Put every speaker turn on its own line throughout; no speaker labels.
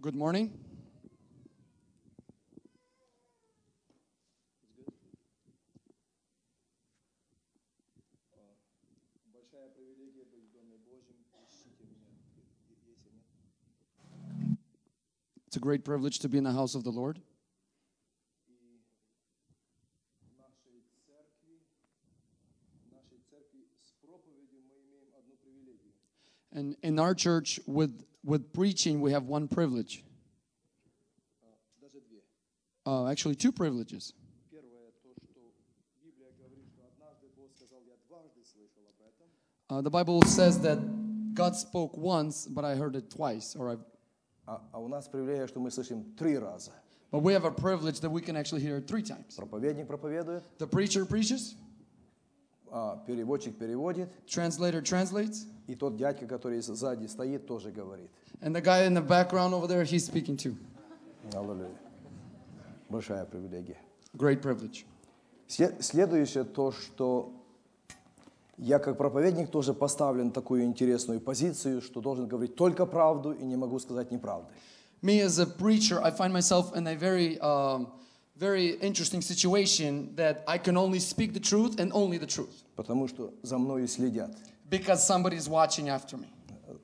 Good morning.
Большая привилегия быть в Доме Божьем. Ищите меня, е- если нет.
It's a great privilege to be in the house of the Lord.
И в нашей церкви, в нашей церкви с проповедью мы имеем одну привилегию.
And in our church, with, with preaching, we have one privilege,
а, Даже две.
uh, actually, two privileges.
Первое, то, что Библия говорит, что однажды Бог сказал, я дважды слышал об этом.
Uh, the Bible says that God spoke once, but I heard it twice. Or I,
А, у нас привилегия, что мы слышим три раза.
but we have a privilege that we can actually hear it three times.
Проповедник проповедует, а
The preacher preaches,
переводчик переводит,
translator translates,
и тот дядька, который сзади стоит, тоже говорит.
and the guy in the background over there, he's speaking too.
Аллилуйя. Большая привилегия.
Great privilege.
Сле- Следующее то, что я как проповедник тоже поставлен в такую интересную позицию, что должен говорить только правду и не могу сказать неправды.
Me as a preacher, I find myself in a very, um, very interesting situation that I can only speak the truth and only the truth
Потому что за мной следят.
because somebody's watching after me.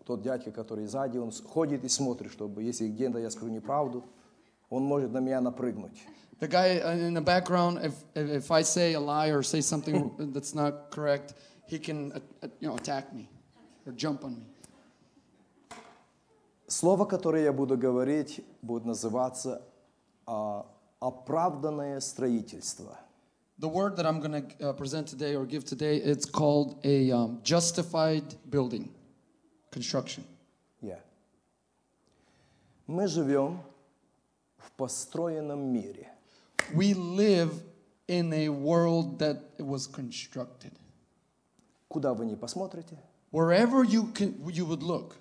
Тот дядька, который сзади, он ходит и смотрит, чтобы если где-то я скажу неправду, он может на меня напрыгнуть.
The guy uh, in the background, if, if, if I say a lie or say something that's not correct, he can uh, uh, you know, attack me or jump on me.
Слово, которое я буду говорить, будет называться а, «оправданное строительство».
The word that I'm going to uh, present today or give today, it's called a um, justified building construction.
Я. Мы живем в построенном мире.
We live in a world that was constructed.
Куда вы не посмотрите,
Wherever you, can, you would look,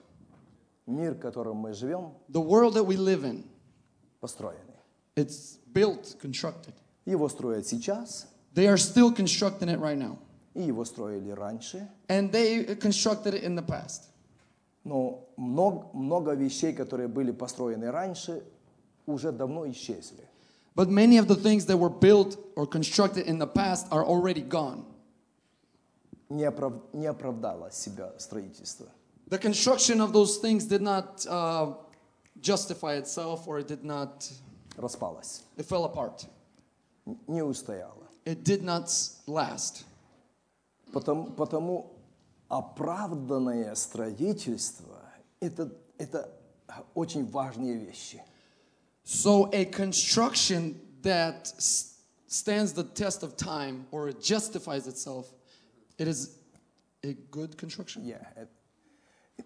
мир, в котором мы живем,
the world that we live in,
построенный.
it's built, constructed.
Его строят сейчас,
They are still constructing it right now.
и его строили раньше.
And they uh, constructed it in the past.
Но много, много вещей, которые были построены раньше, уже давно исчезли.
But many of the things that were built or constructed in the past are already gone.
Не, оправ- не оправдало себя строительство.
The construction of those things did not uh, justify itself or it did not,
Распалось.
it fell apart.
н- Не устояло.
It did not s- last.
Потому, потому оправданное строительство это, – это очень важные вещи.
So a construction that s- stands the test of time or it justifies itself, it is a good construction.
Я, э,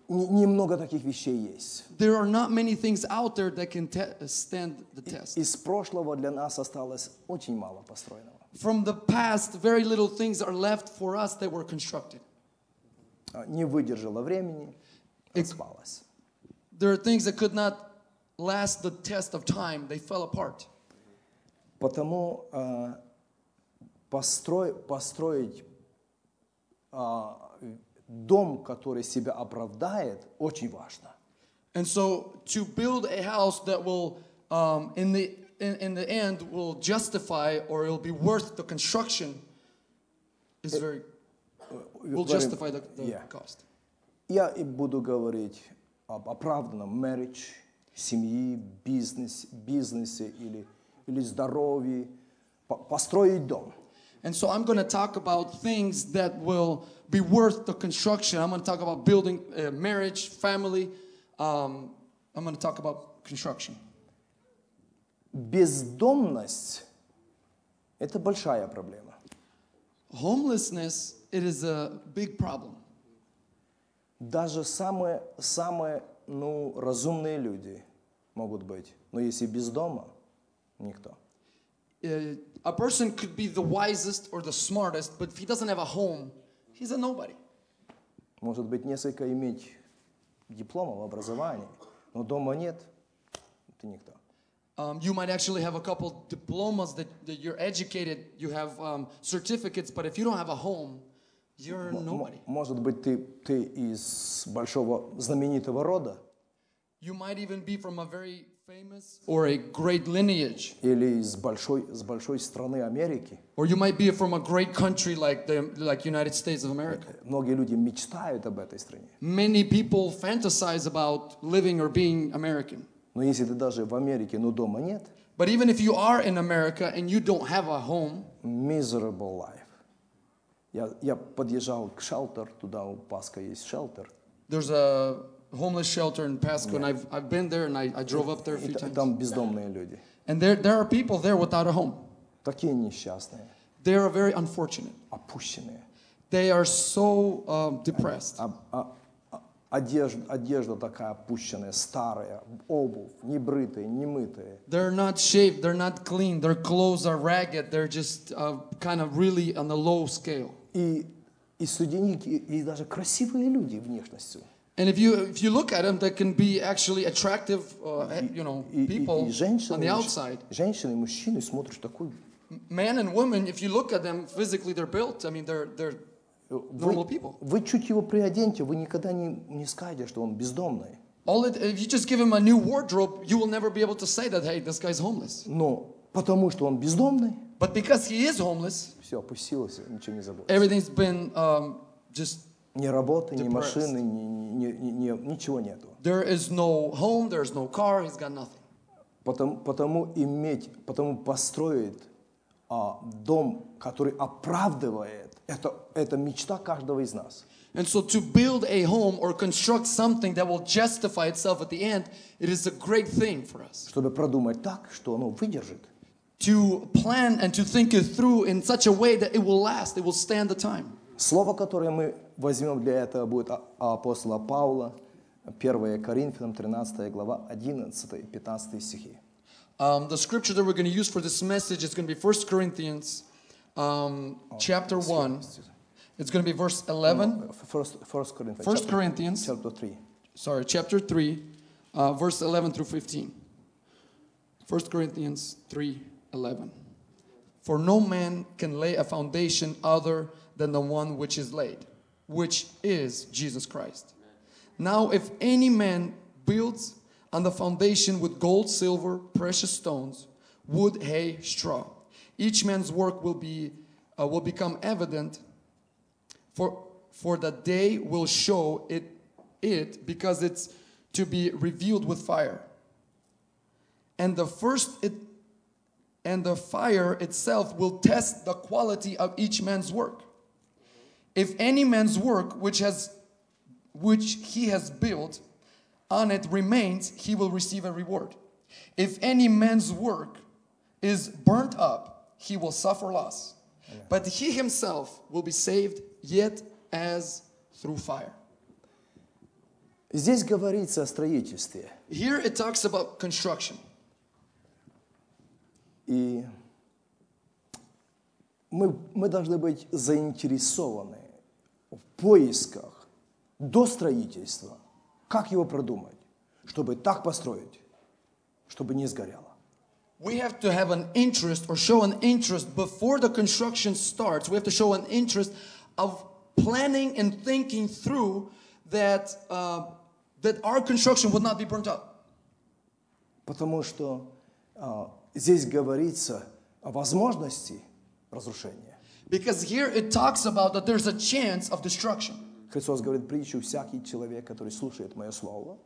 не- Немного таких вещей есть.
There are not many things out there that can te- stand the test.
Из прошлого для нас осталось очень мало построенного.
From the past, very little things are left for us that were constructed.
А, Не выдержало времени,
Эк-
распалось.
There are things that could not last the test of time, they fell apart.
Потому а, постро- построить а, дом, который себя оправдает, очень важно.
And so to build a house that will, um, in, the, in, in the end, will justify or it'll be worth the construction is very, will
Говорим-
justify the, the
Yeah.
cost.
Я и буду говорить об оправданном marriage, семьи, бизнес, бизнесе или, или здоровье. По- Построить дом.
And so I'm going to talk about things that will be worth the construction. I'm going to talk about building uh, marriage, family. Um, I'm going to talk about construction.
Бездомность – это большая проблема.
Homelessness, it is a big problem.
Даже самые, самые ну, разумные люди могут быть. Но если без дома – никто.
Uh, a person could be the wisest or the smartest, but if he doesn't have a home, he's a nobody.
Может быть, несколько иметь дипломов, образований, но дома нет – ты никто.
Um, you might actually have a couple diplomas that, that you're educated, you have um, certificates, but if you don't have a home, you're
М-
nobody.
Может быть, ты, ты из большого знаменитого рода,
You might even be from a very famous or a great lineage,
или из большой, с большой страны Америки.
or you might be from a great country like the like United States of America.
Многие люди мечтают об этой стране.
Many people fantasize about living or being American.
Но если ты даже в Америке, но дома нет,
But even if you are in America and you don't have a home,
miserable life. Я, я подъезжал к шелтер, туда у Паска есть шелтер.
there's a homeless shelter in Pasco, and I've, I've been there and I, I drove up there a
И
few
та-
times.
там бездомные люди.
And there, there are people there without a home.
Такие несчастные,
They are very unfortunate.
опущенные.
They are so um, depressed.
А- а- а- одежда, одежда такая опущенная, старая, обувь, небрытая, немытая.
They're not shaved, they're not clean, their clothes are ragged, they're just uh, kind of really on the low scale.
И, и студеники, и даже красивые люди внешностью.
And if you if you look at them, they can be actually attractive, uh, you know,
И, и-
people
и женщины,
on the
и мужч-
outside.
женщины и мужчины смотришь такой,
Man and woman, if you look at them physically, they're built. I mean, they're they're normal
э, вы,
people.
вы чуть его приоденьте, вы никогда не, не скажете, что он бездомный.
All it, if you just give him a new wardrobe, you will never be able to say that hey, this guy's homeless.
Но потому что он бездомный,
But because he is homeless,
все, опустилось, ничего не забыл.
everything's been um, just
Ни работы, ни
Э, Depressed.
машины, ни- ни- ни- ни- ничего нету.
there is no home, there's no car, he's got nothing.
Потому, потому иметь, потому построить а, дом, который оправдывает, это, это мечта каждого из нас.
And so to build a home or construct something that will justify itself at the end, it is a great thing for us.
Чтобы продумать так, что оно выдержит.
To plan and to think it through in such a way that it will last, it will stand the time.
Слово, которое мы возьмем для этого, будет а- апостола Павла, 1 Коринфянам, 13 глава, 11 15 стихи.
Um, the scripture that we're going to use for this message is going to be 1 Corinthians um, chapter 1. It's going to be verse 11.
First, first Corinthians,
1
chapter-
Corinthians,
chapter 3.
sorry, chapter 3, uh, verse 11 through 15. 1 Corinthians 3 11. For no man can lay a foundation other than the one which is laid, which is Jesus Christ. Now, if any man builds on the foundation with gold, silver, precious stones, wood, hay, straw, each man's work will, be, uh, will become evident for for the day will show it it because it's to be revealed with fire and the first it and the fire itself will test the quality of each man's work if any man's work which has which he has built on it remains he will receive a reward if any man's work is burnt up he will suffer loss but he himself will be saved yet as through fire
Здесь говорится о строительстве.
here it talks about construction
И мы, мы должны быть заинтересованы в поисках до строительства, как его продумать, чтобы так построить, чтобы не сгорело.
we have to have an interest or show an interest before the construction starts. We have to show an interest of planning and thinking through that uh, that our construction would not be burnt up.
Потому что а, здесь говорится о возможности разрушения.
Because here it talks about that there's a chance of destruction.
Христос говорит притчу, всякий человек, который слушает мое слово,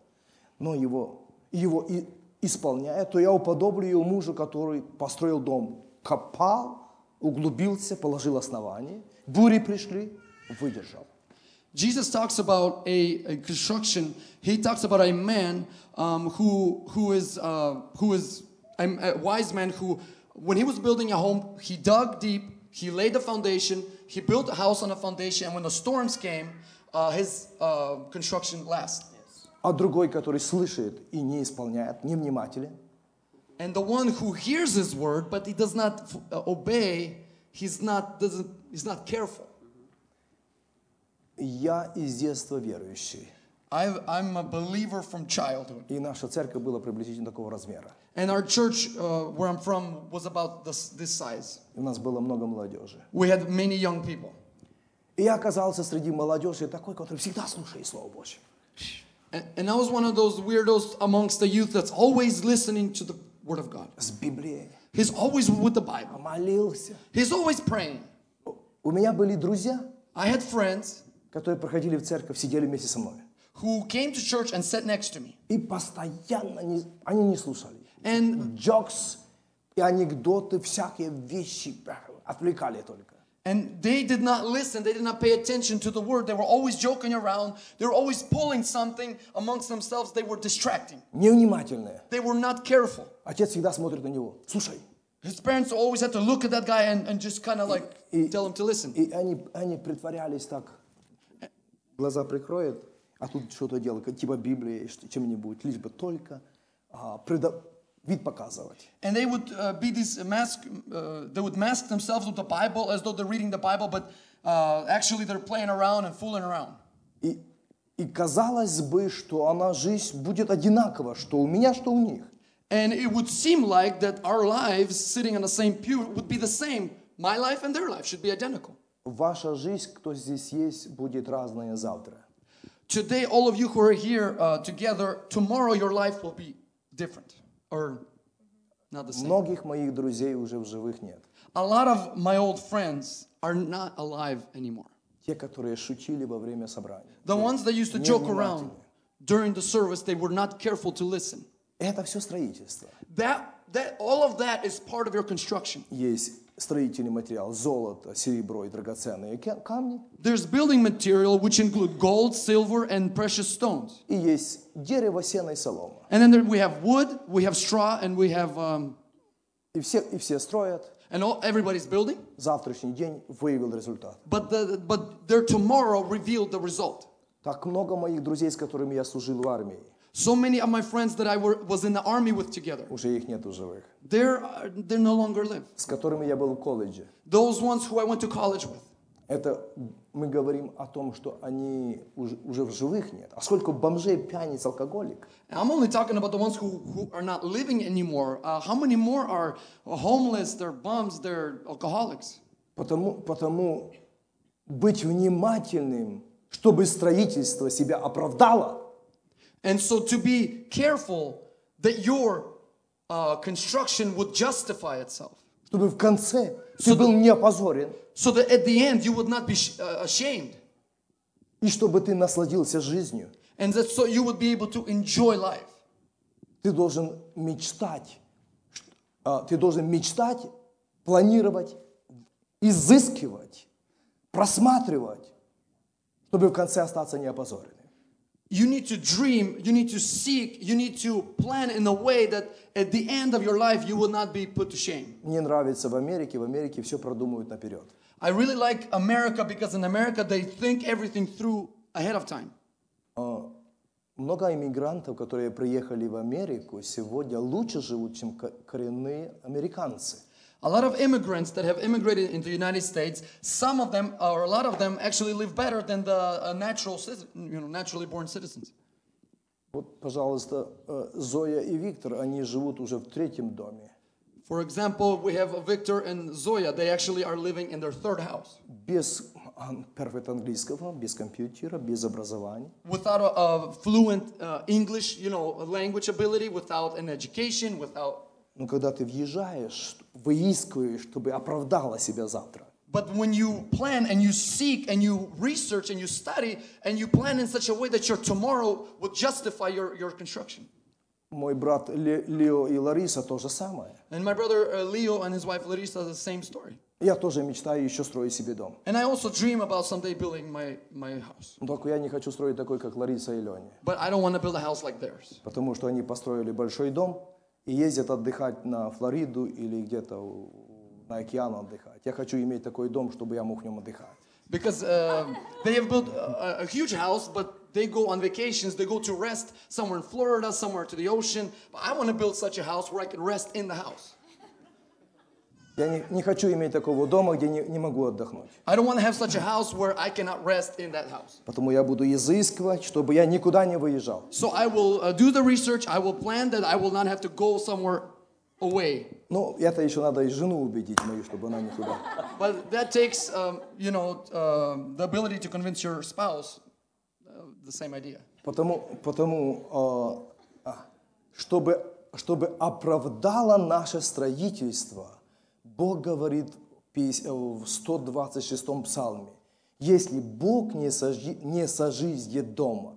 но его, его и- исполняет, то я уподоблю его мужу, который построил дом, копал, углубился, положил основание, бури пришли, выдержал.
Jesus talks about a, a construction. He talks about a man um, who who is uh, who is a, a wise man who, when he was building a home, he dug deep, he laid the foundation, he built a house on a foundation, and when the storms came, uh, his uh, construction lasted.
А другой, который слышит и не исполняет, невнимателен,
And the one who hears his word but he does not f- uh, obey, he's not doesn't he's not careful.
я из детства верующий.
I've, I'm a believer from childhood.
И наша церковь была приблизительно такого размера.
And our church, uh, where I'm from, was about this, this size.
И у нас было много молодежи.
We had many young people.
И я оказался среди молодежи такой, который всегда слушает Слово Божье.
And, and I was one of those weirdos amongst the youth that's always listening to the Word of God.
с Библией.
He's always with the Bible.
Молился.
He's always praying.
У меня были друзья,
I had friends
которые проходили в церковь, сидели вместе со мной.
who came to church and sat next to me.
И постоянно не- они не слушали.
And
Джокс и анекдоты, всякие вещи бля, отвлекали только.
and they did not listen. They did not pay attention to the word. They were always joking around. They were always pulling something amongst themselves. They were distracting.
Невнимательные.
They were not careful.
Отец всегда смотрит на него. Слушай.
His parents always had to look at that guy and, and just kind of like
He-
tell him to listen.
И они, они притворялись так. Глаза прикроют, а тут что-то делают, как типа Библии, что- чем-нибудь, лишь бы только а, преда- вид показывать.
And they would uh, be these mask. Uh, they would mask themselves with the Bible as though they're reading the Bible, but uh, actually they're playing around and fooling around.
И, и казалось бы, что она жизнь будет одинакова, что у меня, что у них.
And it would seem like that our lives sitting on the same pew would be the same. My life and their life should be identical.
Ваша жизнь, кто здесь есть, будет разная завтра.
Today, all of you who are here uh, together, tomorrow your life will be different or not the same.
Многих моих друзей уже в живых нет.
A lot of my old friends are not alive anymore.
Те, которые шутили во время собрания.
The ones that used to joke around during the service, they were not careful to listen.
Это все строительство.
That, that, all of that is part of your construction.
Есть строительный материал, золото, серебро и драгоценные ке- камни.
There's building material, which include gold, silver, and precious stones.
И есть дерево, сено и солома.
And then there, we have wood, we have straw, and we have, um,
И все, и все строят.
and all, everybody's building.
Завтрашний день выявил результат.
But, the, but their tomorrow revealed the result.
Так много моих друзей, с которыми я служил в армии,
So many of my friends that I were, was in the army with together,
уже их нет в живых.
they're, uh, they no longer live.
с которыми я был в колледже.
Those ones who I went to college with.
Это мы говорим о том, что они уже, уже в живых нет. А сколько бомжей, пьяниц, алкоголик?
And I'm only talking about the ones who, who are not living anymore. Uh, how many more are homeless, they're bums, they're alcoholics?
Потому, потому быть внимательным, чтобы строительство себя оправдало,
And so to be careful that your uh, construction would justify itself.
чтобы в конце ты был не опозорен,
So that at the end you would not be sh- uh, ashamed.
и чтобы ты насладился жизнью.
And that so you would be able to enjoy life.
Ты должен мечтать. А, Ты должен мечтать, планировать, изыскивать, просматривать, чтобы в конце остаться неопозоренным.
You need to dream, you need to seek, you need to plan in a way that at the end of your life you will not be put to shame.
Мне нравится в Америке, в Америке все продумывают наперед.
I really like America because in America they think everything through ahead of time.
Много иммигрантов, которые приехали в Америку, сегодня лучше живут, чем ко- коренные американцы.
A lot of immigrants that have immigrated into the United States, some of them, or a lot of them, actually live better than the uh, natural, citi- you know, naturally born citizens.
Вот, пожалуйста, э, Зоя и Виктор, они живут уже в третьем доме,
For example, we have Victor and Zoya. They actually are living in their third house
без ан- perfect английского, без компьютера, без образования.
without a, a fluent uh, English, you know, language ability, without an education, without.
Но когда ты въезжаешь, выискиваешь, чтобы оправдала себя завтра,
But when you plan and you seek and you research and you study and you plan in such a way that your tomorrow would justify your, your construction.
мой брат Ле- Лео и Лариса то же самое.
And my brother uh, Leo and his wife Larissa, the same story.
Я тоже мечтаю еще строить себе дом.
And I also dream about someday building my, my house.
Но только я не хочу строить такой, как Лариса и Леня.
But I don't want to build a house like theirs.
Потому что они построили большой дом и ездят отдыхать на Флориду или где-то у- на океан отдыхать. Я хочу иметь такой дом, чтобы я мог в нем отдыхать.
Because um, they have built a, a- a huge house, but they go on vacations, they go to rest somewhere in Florida, somewhere to the ocean. But I want to build such a house where I can rest in the house.
Я не, не хочу иметь такого дома, где не, не могу отдохнуть.
I don't want to have such a house where I cannot rest in that house.
Потому я буду изыскивать, чтобы я никуда не выезжал.
So I will uh, do the research, I will plan that I will not have to go somewhere away.
Ну, это еще надо и жену убедить мою, чтобы она никуда.
But that takes, um, you know, um the ability to convince your spouse uh, the same idea.
Потому, потому э, а, чтобы, чтобы оправдало наше строительство, Бог говорит в пись- э, в 126-м псалме, если Бог не, сожи, не сожиздет дома,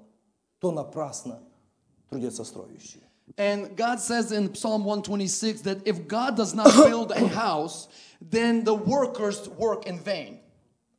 то напрасно трудятся строящие.
And God says in Psalm 126 that if God does not build a house, then the workers work in vain.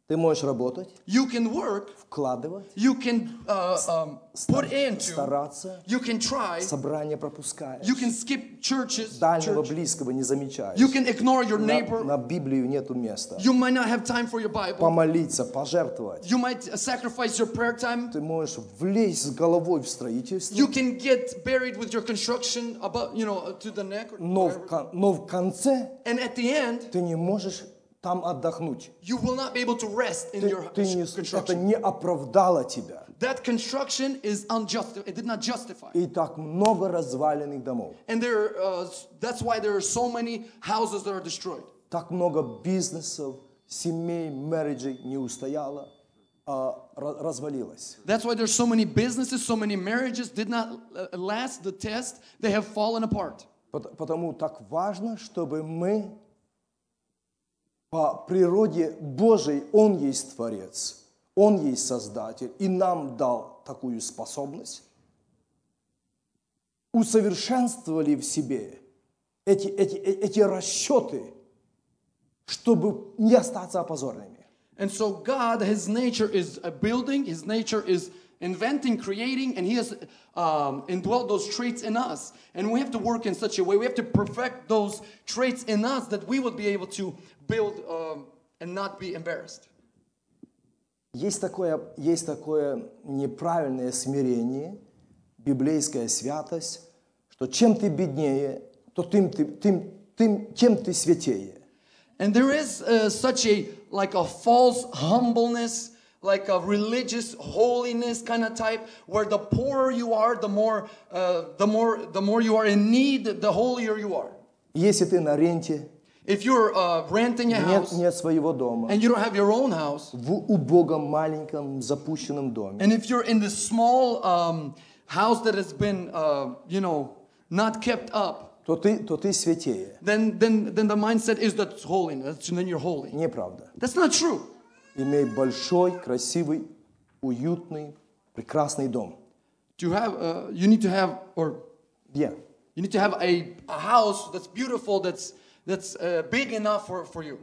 Ты можешь работать,
You can work,
вкладывать,
you can uh, um, put into,
стараться,
you can try,
собрание пропускаешь,
you can skip churches,
дальнего
church,
близкого не замечаешь.
you can ignore your
На,
neighbor,
на Библию нету места.
you might not have time for your Bible,
Помолиться, пожертвовать.
you might uh, sacrifice your prayer time,
Ты можешь влезть с головой в строительство,
you can get buried with your construction about, you know, uh, to the neck or
но в,
whatever.
кон- но в конце
And at the end,
ты не можешь там отдохнуть.
you will not be able to rest in
Ты-
your
ты не- это
construction.
не оправдало тебя.
That construction is unjust. It did not justify.
И так много разваленных домов,
And there, uh, that's why there are so many houses that are destroyed.
так много бизнесов, семей, мерриджей не устояло, а ра- развалилось.
That's why there's so many businesses, so many marriages did not uh, last the test. They have fallen apart.
Пот- Потому так важно, чтобы мы по природе Божьей, Он есть Творец, Он есть Создатель, и нам дал такую способность, усовершенствовали в себе эти, эти, э- эти расчеты, чтобы не остаться опозорными.
And so God, His nature is a building. His nature is inventing, creating, and He has um, indwelt those traits in us. And we have to work in such a way. We have to perfect those traits in us that we would be able to build um, and not be embarrassed.
Есть такое, есть такое неправильное смирение, библейская святость, что чем ты беднее, то тем ты, тем, тем, тем ты святее.
And there is uh, such a like a false humbleness, like a religious holiness kind of type, where the poorer you are, the more uh, the more the more you are in need, the holier you are.
Если ты на ренте,
If you're uh, renting a
нет,
house
нет своего дома,
and you don't have your own house,
в убогом маленьком запущенном доме,
and if you're in this small um, house that has been uh, you know not kept up,
то ты, то ты святее.
then then then the mindset is that's holiness, that's, then you're holy.
Неправда.
That's not true.
Имей большой, красивый, уютный, прекрасный дом.
To have uh, you need to have or
Где?
You need to have a, a house that's beautiful, that's that's uh, big enough for, for you.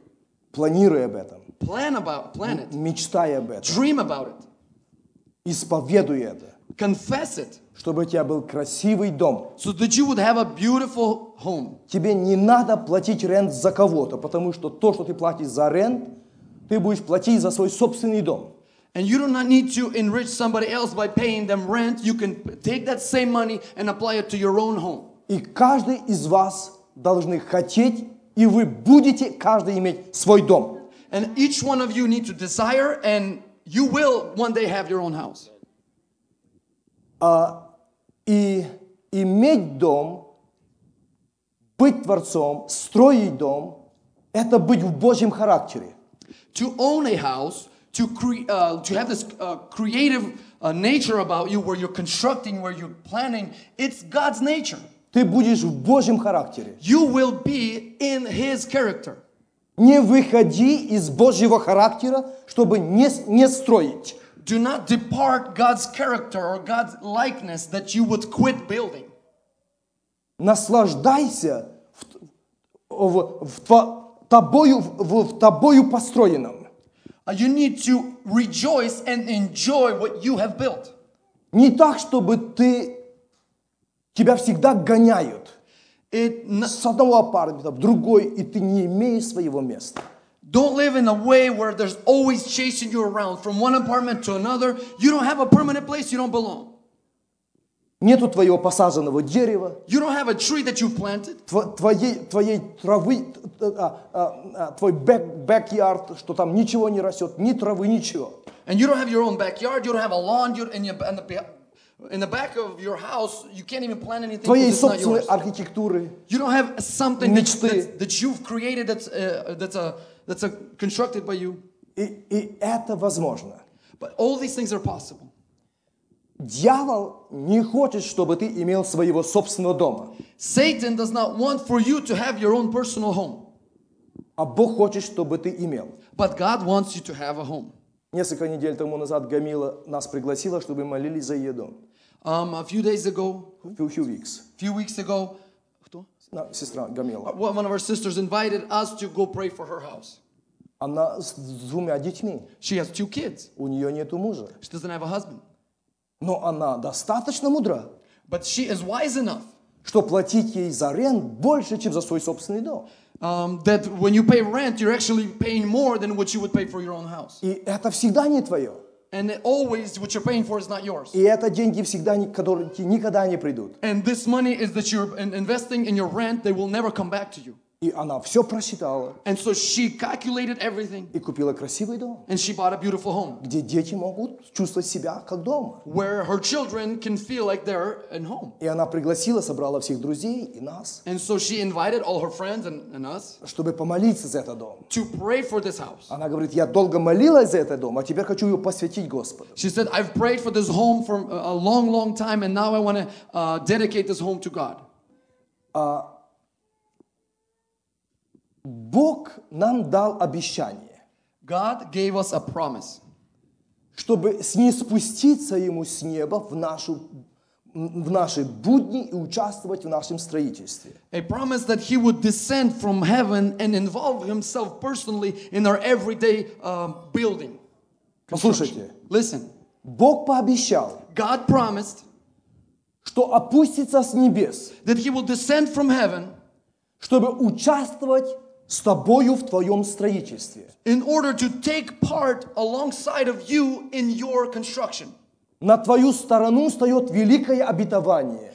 Планируй об этом,
Plan about plan it.
мечтай об этом,
Dream about it.
исповедуй это,
Confess it.
чтобы у тебя был красивый дом.
So that you would have a beautiful home.
Тебе не надо платить рент за кого-то, потому что то, что ты платишь за рент, ты будешь платить за свой собственный дом.
And you do not need to enrich somebody else by paying them rent. You can p- take that same money and apply it to your own home.
И каждый из вас должны хотеть, и вы будете каждый иметь свой дом.
And each one of you need to desire and you will one day have your own house.
И иметь дом, быть творцом, строить дом, это быть в Божьем характере.
To own a house, to cre- uh, to have this uh, creative uh, nature about you, where you're constructing, where you're planning, it's God's nature.
Ты будешь в Божьем характере.
You will be in His character.
Не выходи из Божьего характера, чтобы не, с- не строить.
Do not depart God's character or God's likeness that you would quit building.
Наслаждайся в, в- в тво- тобою, в- в тобою построенном.
Uh, you need to rejoice and enjoy what you have built.
Не так, чтобы ты тебя всегда гоняют
It n-
с одного апартамента в другой, и ты не имеешь своего места.
don't live in a way where there's always chasing you around from one apartment to another. You don't have a permanent place. You don't belong.
Нету твоего посаженного дерева,
You don't have a tree that you've planted.
тво- твоей, твоей травы, т- т- а, а, а, твой бэк- бэк-ярд, что там ничего не растет, ни травы, ничего.
and you don't have your own backyard, you don't have a lawn, you in, your, in, the, beh- in the back of your house, you can't even plant anything. 'cause
Твоей
it's not
собственной
yours.
архитектуры.
You don't have something that,
мечты.
that, that you've created that's uh, that's a that's a constructed by you.
И, и это возможно.
But all these things are possible.
Дьявол не хочет, чтобы ты имел своего собственного дома.
Satan does not want for you to have your own personal home,
А Бог хочет, чтобы ты имел.
but God wants you to have a home.
Несколько недель тому назад Гамила нас пригласила, чтобы мы молились за еду.
Um, a few days ago,
Хью Хью Викс,
a few weeks ago,
на- сестра Гамила.
one of our sisters invited us to go pray for her house.
Она с двумя детьми,
She has two kids.
у нее нету мужа.
She doesn't have a husband,
Но она достаточно мудра,
but she is wise enough
что платить ей за рент больше, чем за свой собственный дом.
um, that when you pay rent, you're actually paying more than what you would pay for your own house.
И это всегда не твое.
And it always, what you're paying for is not yours.
И это деньги всегда, не- которые те никогда не придут.
And this money is that you're in- investing in your rent, they will never come back to you.
И она все просчитала
And so she calculated everything
и купила красивый дом,
and she bought a beautiful home
где дети могут чувствовать себя как дома.
where her children can feel like they're at home.
И она пригласила, собрала всех друзей и нас,
And so she invited all her friends and, and us
чтобы помолиться за этот дом.
to pray for this house.
Она говорит, я долго молилась за этот дом, а теперь хочу его посвятить Господу.
She said, I've prayed for this home for a a long, long time, and now I want to uh, dedicate this home to God.
Бог нам дал обещание,
God gave us a promise
чтобы с ней спуститься Ему с неба в, нашу, в наши будни и участвовать в нашем строительстве.
a promise that He would descend from heaven and involve Himself personally in our everyday um, building.
Послушайте,
Listen,
Бог пообещал,
God promised
что опустится с небес,
that He will descend from heaven
чтобы участвовать с тобою в твоем строительстве.
in order to take part alongside of you in your construction.
На твою сторону встает великое обетование.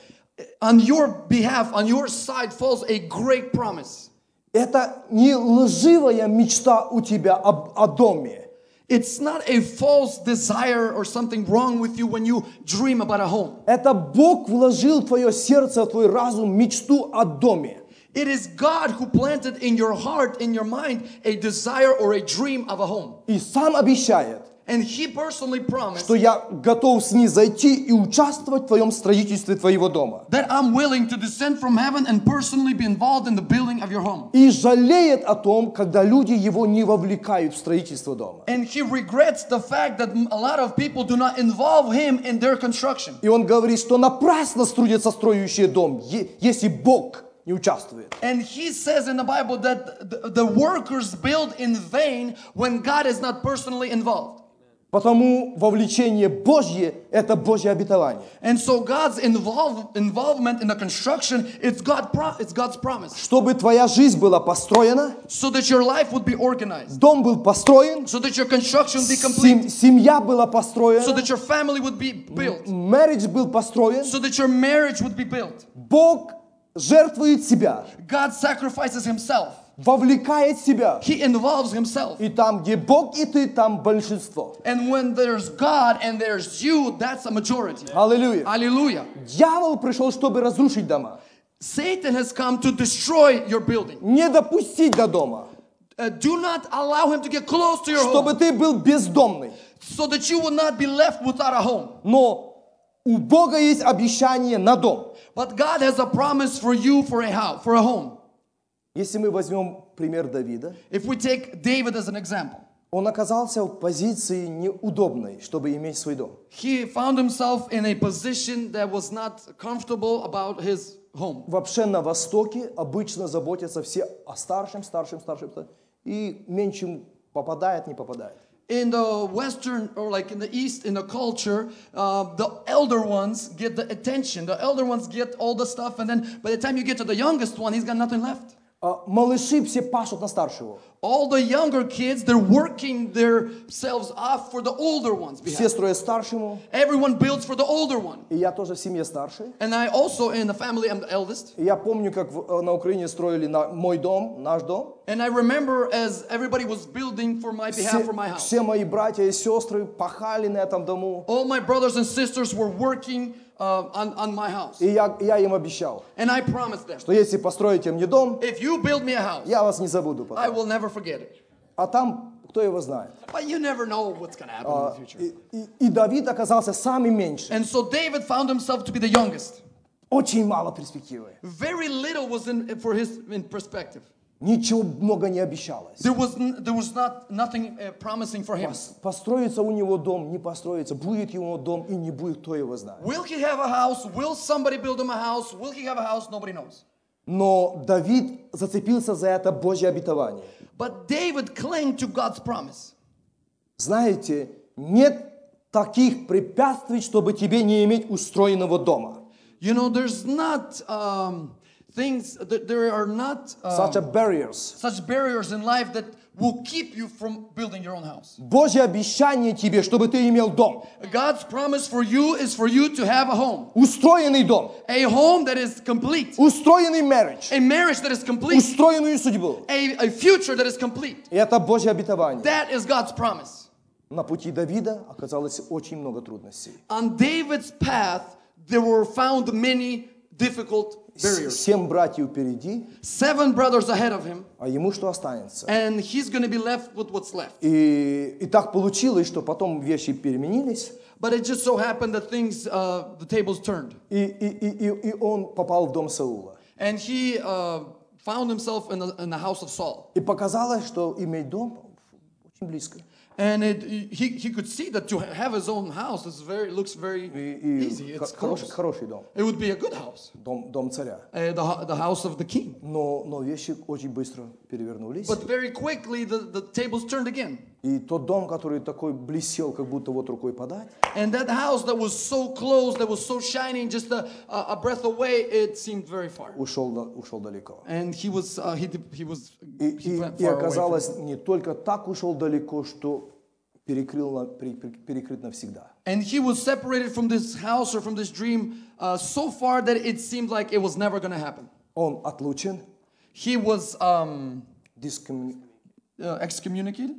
On your behalf, on your side falls a great promise.
Это не лживая мечта у тебя об- о доме.
It's not a false desire or something wrong with you when you dream about a home.
Это Бог вложил в твое сердце, в твой разум мечту о доме.
It is God who planted in your heart, in your mind, a desire or a dream of a home.
И сам обещает,
And He personally promised
что я готов с ней зайти и участвовать в твоем строительстве твоего дома.
that I'm willing to descend from heaven and personally be involved in the building of your home.
И жалеет о том, когда люди его не вовлекают в строительство дома.
And He regrets the fact that a lot of people do not involve Him in their construction.
И он говорит, что напрасно трудятся строящие дом, е- если Бог не участвует.
And He says in the Bible that the, the workers build in vain when God is not personally involved.
Потому вовлечение Божье – это Божье обетование.
And so God's involve, involvement in the construction, it's, God pro, it's God's promise.
Чтобы твоя жизнь была построена,
So that your life would be organized.
дом был построен,
So that your construction be complete.
сем- семья была
So
построена,
that your family would be built.
мэридж был построен,
So that your marriage would be built.
Бог жертвует себя,
God sacrifices himself.
вовлекает себя.
He involves himself.
И там, где Бог и ты, там большинство.
And when there's God and there's you, that's a majority.
Аллилуйя.
Hallelujah.
Дьявол пришел, чтобы разрушить дома,
Satan has come to destroy your building.
не допустить до дома,
Uh, do not allow him to get close to your
чтобы
home
ты был бездомный.
so that you will not be left without a home.
Но у Бога есть обещание на дом.
But God has a promise for you for a house, for a home.
Если мы возьмем пример Давида,
If we take David as an example,
он оказался в позиции неудобной, чтобы иметь свой дом.
he found himself in a position that was not comfortable about his home.
Вообще на Востоке обычно заботятся все о старшем, старшем, старшем, старшем, и меньшим попадает, не попадает.
In the Western or like in the East, in the culture, uh, the elder ones get the attention. The elder ones get all the stuff, and then by the time you get to the youngest one, he's got nothing left.
А малыши все пашут на старшего.
All the younger kids, they're working themselves off for the older ones.
Все
behind.
строят старшему,
Everyone builds for the older one.
и я тоже в семье старший.
And I also in the family am the eldest.
И я помню, как в- э, на Украине строили на- мой дом, наш дом.
And I remember as everybody was building for my behalf for my
Все,
house.
все мои братья и сестры пахали на этом дому.
All my brothers and sisters were working uh, on, on my house.
И я, я им обещал,
And I promised them,
что если построите мне дом,
if you build me a house,
я вас не забуду потом.
I will never forget it.
А там Кто его знает?
But you never know what's going to happen in the future.
И, и- и Давид оказался самым меньшим.
And so David found himself to be the youngest.
Очень мало перспективы.
Very little was in for his in perspective.
Ничего много не обещалось.
There was n- there was not nothing uh, promising for him.
Построится у него дом, не построится. Будет его дом и не будет, кто его знает.
Will he have a house? Will somebody build him a house? Will he have a house? Nobody knows.
Но Давид зацепился за это Божье обетование.
But David clung to God's promise.
Знаете, нет таких препятствий, чтобы тебе не иметь устроенного дома.
You know, there's not um, things that there are not um,
Such a barriers.
such barriers in life that will keep you from building your own house.
Божье обещание тебе, чтобы ты имел дом.
God's promise for you is for you to have a home,
Устроенный дом.
a home that is complete,
Устроенный marriage.
a marriage that is complete,
Устроенную судьбу.
a, a future that is complete.
И это Божье обетование.
That is God's promise.
На пути Давида оказалось очень много трудностей.
On David's path, there were found many difficult barriers.
Семь братьев впереди,
Seven brothers ahead of him,
а ему что останется?
and he's going to be left with what's left.
И, и так получилось, что потом вещи переменились,
But it just so happened that things, uh, the tables turned,
и, и, и, и- и он попал в дом Саула.
and he uh, found himself in the, in the house of Saul.
И показалось, что иметь дом очень близко.
And it, he, he could see that to have his own house is very looks very
И, и
easy.
хо-
It's
хороший,
close.
хороший дом,
It would be a good house,
дом, дом царя.
uh, the, ho- the house of the king.
Но, но вещи очень быстро перевернулись.
But very quickly the, the tables turned again,
И тот дом, который такой блесел, как будто вот рукой подать,
and that house that was so close, that was so shining, just a, a a breath away, it seemed very far.
ушел, да- ушел далеко.
And he was uh, he did- he was
И,
he
и-
went
и
far away from-
оказалось, не только так ушел далеко, что перекрыл, на- пере- пере- перекрыт навсегда.
And he was separated from this house or from this dream uh, so far that it seemed like it was never going to happen.
Он отлучен,
He was um,
дискомму-
uh, excommunicated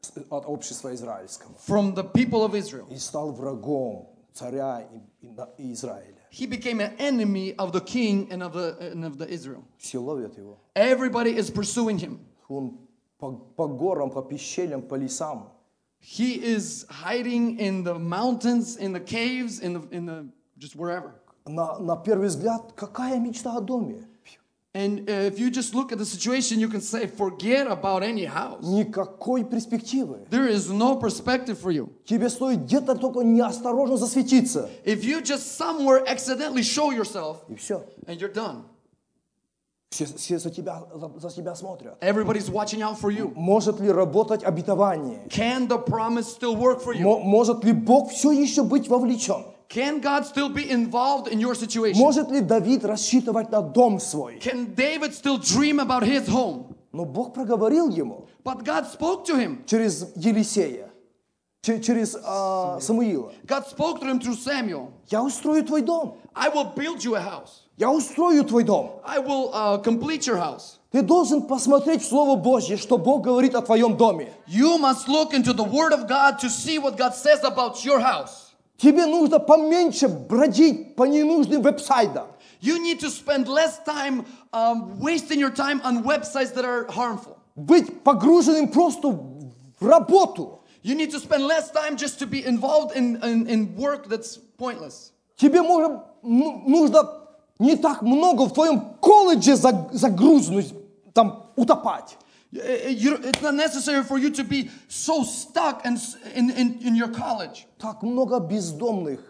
с- от общества израильского
from the people of Israel.
и стал врагом царя и, и на- и Израиля.
He became an enemy of the king and of the and of the Israel.
Все ловят его.
Everybody is pursuing him.
Он по, по горам, по пещерям, по лесам.
He is hiding in the mountains, in the caves, in the in the just wherever.
На, на первый взгляд, какая мечта о доме?
And uh, if you just look at the situation, you can say, forget about any house.
Никакой перспективы.
There is no perspective for you.
Тебе стоит где-то только неосторожно засветиться.
If you just somewhere accidentally show yourself,
И все.
and you're done.
Все, все за, тебя, за- за тебя смотрят.
Everybody's watching out for you.
Может ли работать обетование?
Can the promise still work for you?
Мо- может ли Бог все еще быть вовлечен?
Can God still be involved in your situation?
Может ли Давид рассчитывать на дом свой?
Can David still dream about his home?
Но Бог проговорил ему
But God spoke to him.
через Елисея, че- через а, Самуила.
God spoke to him through Samuel.
Я устрою твой дом.
I will build you a house.
Я устрою твой дом.
I will uh, complete your house.
Ты должен посмотреть в Слово Божье, что Бог говорит о твоем доме.
You must look into the Word of God to see what God says about your house.
Тебе нужно поменьше бродить по ненужным веб-сайтам.
You need to spend less time um, wasting your time on websites that are harmful.
Быть погруженным просто в в работу.
You need to spend less time just to be involved in, in, in work that's pointless.
Тебе может, ну- нужно не так много в твоем колледже за- загрузнуть, там утопать.
You- eh, you- it's not necessary for you to be so stuck in, in, in, in your college.
Так много бездомных,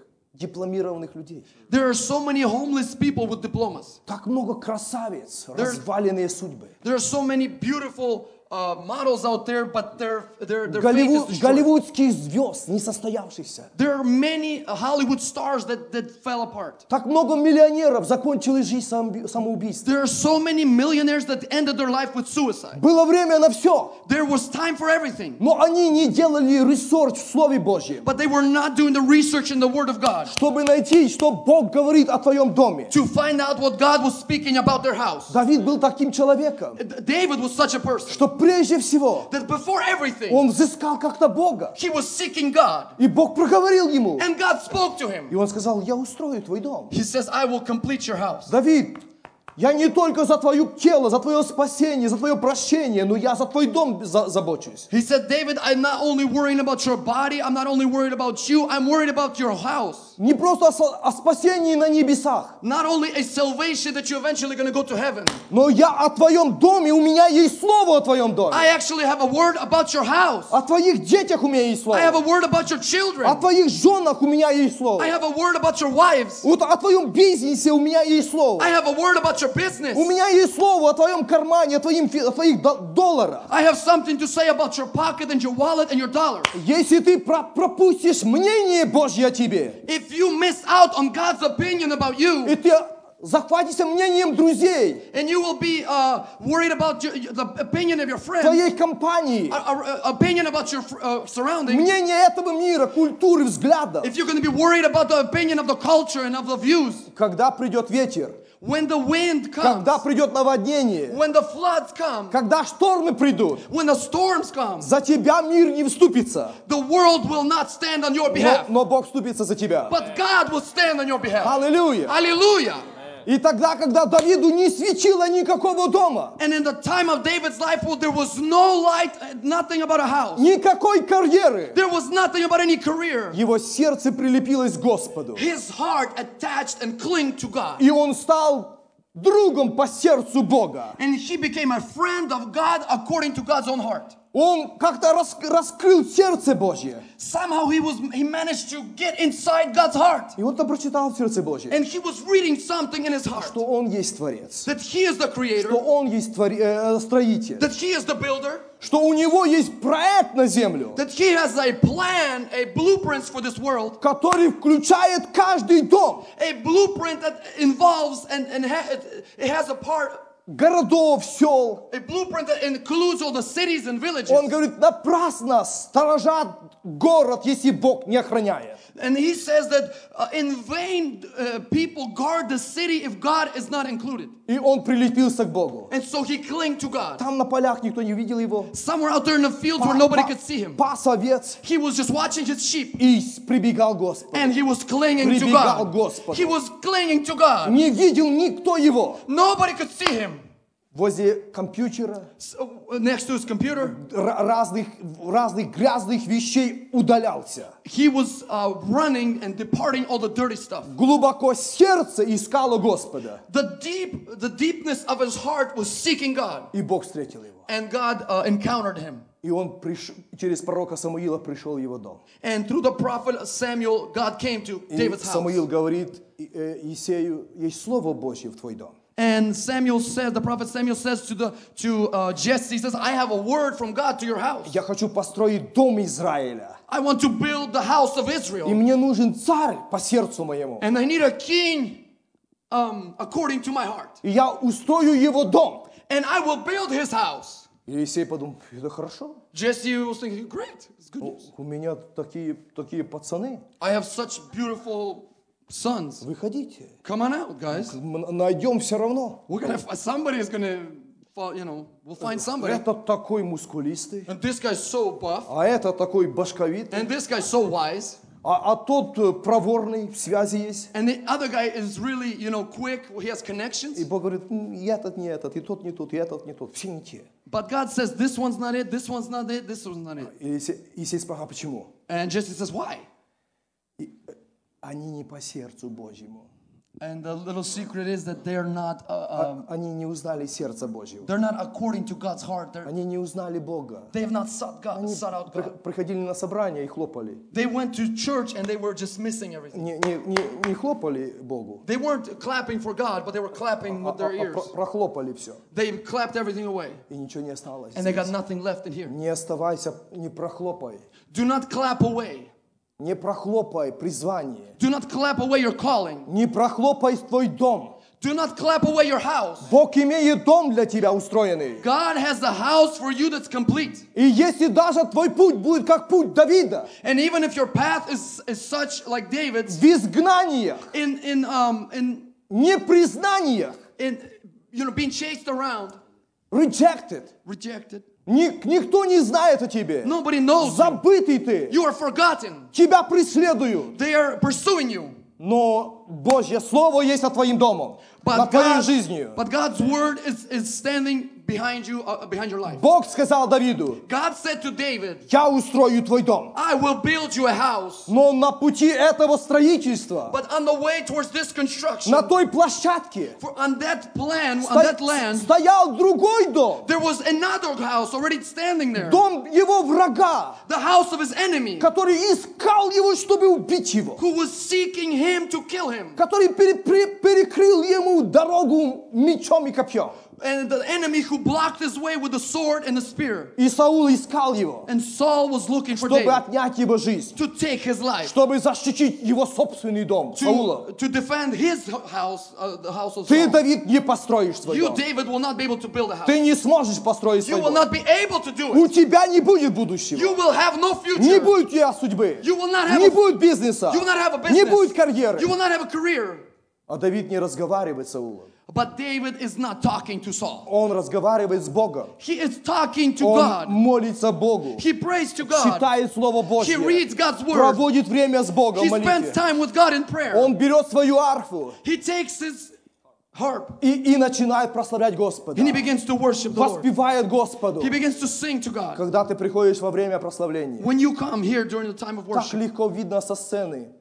дипломированных людей.
There are so many homeless people with diplomas.
Так много красавиц, разваленные судьбы.
There are so many beautiful uh, models out there, but their, their, their fate is
Голливуд,
destroyed.
голливудских звезд, несостоявшихся.
There are many Hollywood stars that, that fell apart.
Так много миллионеров закончили жизнь самоуби- самоубийством.
There are so many millionaires that ended their life with suicide.
Было время на все,
There was time for everything,
но они не делали ресерч в Слове Божьем,
but they were not doing the research in the Word of God.
чтобы найти, что Бог говорит о твоем доме.
to find out what God was speaking about their house.
Давид был таким человеком,
D- David was such a person
что прежде всего
that before everything,
Он взыскал как-то Бога.
he was seeking God
И Бог проговорил ему.
and God spoke to
И
him.
он сказал, я устрою твой дом.
He says, I will complete your house.
Давид, Я не только за твое тело, за твое спасение, за твое прощение, но я за твой дом за- забочусь.
He said, David, I'm not only worrying about your body, I'm not only worried about you, I'm worried about your house.
Не просто о, со- о спасении на небесах,
Not only a salvation that you're eventually going to go to heaven,
но я о твоем доме, у меня есть слово о твоем доме.
I actually have a word about your house.
О твоих детях у меня есть
I have
слово.
a word about your
О
children.
твоих женах у меня есть слово.
I have a word about your wives.
Вот о твоем бизнесе у меня есть слово.
I have a word about your business.
У меня есть слово о твоем кармане, о, твоим, фи- о твоих до- долларах.
I have something to say about your pocket and your wallet and your dollar.
Если ты про- пропустишь мнение Божье о тебе,
If you miss out on God's opinion about
и
you,
ты захватишься мнением друзей,
and you will be uh, worried about your, the opinion of your friends,
твоей компании,
uh, uh, opinion about your fr- uh, surroundings,
мнение этого мира, культуры, взгляда,
if you're going to be worried about the opinion of the culture and of the views,
когда придет ветер,
when the wind comes,
когда придет наводнение,
when the floods come,
когда штормы придут,
when the storms come,
за тебя мир не вступится,
the world will not stand on your
но,
behalf,
но Бог вступится за тебя.
but God will stand on your behalf.
Аллилуйя!
Hallelujah.
И тогда, когда Давиду не светило никакого дома,
And in the time of David's life, well, there was no light, uh, nothing about a house.
никакой карьеры.
There was nothing about any career.
Его сердце прилепилось к Господу.
His heart attached and cling to God.
И он стал другом по сердцу Бога.
And he became a friend of God according to God's own heart.
Он как-то рас- раскрыл сердце Божье.
Somehow he was he managed to get inside God's heart.
И он там прочитал в сердце Божье,
And he was reading something in his heart.
что он есть Творец,
That he is the creator,
что он есть твори- э, строитель,
that he is the builder,
что у него есть проект на землю,
that he has a plan, a blueprints for this world,
который включает каждый дом,
a blueprint that involves and, and ha- it- it has a part
городов, сел.
A blueprint that includes all the cities and villages.
Он говорит, напрасно сторожат город, если Бог не охраняет.
and he says that uh, in vain uh, people guard the city if God is not included.
И он прилепился к Богу.
And so he clung to God.
Там на полях никто не видел его.
Somewhere out there in the fields where
Па-
nobody
па-
could see him.
Пас овец
He was just watching his sheep.
и с- прибегал Господь.
And he was clinging to
Прибегал
God.
Господу.
He was clinging to God.
Не видел никто его.
Nobody could see him.
Возле компьютера
So, uh, next to his computer,
р- разных, разных грязных вещей удалялся.
he was uh, running and departing all the dirty stuff.
Глубоко сердце искало Господа.
The deep, the deepness of his heart was seeking God.
И Бог встретил его.
And God uh, encountered him.
И он приш- через пророка Самуила пришел в его дом.
And through the prophet Samuel, God came to
И
David's house.
Самуил говорит э, Есею, есть Слово Божье в твой дом.
And Samuel says, the prophet Samuel says to the to uh, Jesse, he says, "I have a word from God to your house.
Я хочу построить дом Израиля.
I want to build the house of
И
Israel,
мне нужен царь по сердцу моему.
and I need a king, um, according to my heart,
И я устрою его дом.
and I will build his house."
И Елисей подумал, это хорошо.
Jesse was thinking, "Great, it's good news.
У меня такие, такие пацаны.
I have such beautiful sons.
Выходите.
Come on out, guys.
М- Найдем все равно.
We're gonna f- somebody is gonna, fall, you know, we'll find somebody."
Этот такой мускулистый,
And this guy's so buff,
а этот такой башковитый,
and this guy's so wise.
а, а тот э, проворный, в связи есть.
And the other guy is really, you know, quick. He has
И
connections.
Бог говорит, «М, и этот не этот, и тот не тот, и этот не тот. Все не те.
But God says, this one's not it, this one's not it, this one's not it.
И Елисей Елисей спрашивает, а почему?
And Jesse says, why?
Они не по сердцу Божьему.
And the little secret is that they're not, uh, um,
Они не узнали сердца Божьего.
they're not according to God's heart. They're,
Они не узнали Бога.
they have not sought God, sought out
При-
God.
Приходили на собрание и хлопали.
They went to church and they were just missing everything.
Не, не- не- не хлопали Богу,
They weren't clapping for God, but they were clapping
а-
with their
а- а
ears.
про- прохлопали все.
They clapped everything away,
И ничего не осталось.
and they got nothing left in here.
Не оставайся, не прохлопай.
Do not clap away.
Не прохлопай призвание.
Do not clap away your calling.
Не прохлопай твой дом.
Do not clap away your house.
Бог имеет дом для тебя устроенный.
God has a house for you that's complete.
И если даже твой путь будет как путь Давида,
And even if your path is, is such like David's,
в изгнаниях,
in in um in
непризнаниях,
in you know being chased around,
rejected,
rejected,
ни- никто не знает о тебе,
Ну, nobody knows you.
забытый ты,
You are forgotten.
тебя преследуют,
They are pursuing you.
Но Божье Слово есть над твоим домом, над твоей
God-
жизнью.
but God's word is, is standing behind you, uh, behind your life.
Бог сказал Давиду,
God said to David,
я устрою твой дом.
I will build you a house.
Но на пути этого строительства,
But on the way towards this construction,
на той площадке,
for on that plan, on that
сто-
land,
стоял другой дом.
there was another house already standing there.
Дом его врага,
The house of his enemy,
который искал его, чтобы убить его.
who was seeking him to kill him.
Который пере- пере- перекрыл ему дорогу мечом и копьем.
And the enemy who blocked his way with the sword and the spear.
И Саул искал его,
And Saul was looking for
чтобы
David
отнять его жизнь.
to take his life,
Чтобы защитить его собственный дом,
to,
Саула.
to defend his house, uh, the house of
Ты,
Saul.
Давид, не построишь свой
You,
дом.
David, will not be able to build a house.
Ты не сможешь построить
You
свой
will
дом.
not be able to do it.
У тебя не
You
будет будущего.
will have no
Не
future.
будет у тебя судьбы.
You will not have
Не
a-
будет бизнеса.
You will not have a
Не
business.
будет карьеры.
You will not have a career.
А Давид не разговаривает с Саулом.
But David is not talking to Saul.
Он разговаривает с Богом.
He is talking to
Он
God.
молится Богу.
He prays to God.
Читает Слово
He
Божье.
reads God's word.
Проводит время с Богом
He
в
spends
молитве.
time with God in prayer.
Он берет свою арфу
He takes his harp
и, и начинает прославлять Господа.
and he begins to worship the Lord.
Воспевает Господу.
He begins to sing to God.
Когда ты приходишь во время прославления,
When you come here during the time of
так
worship,
легко видно со сцены,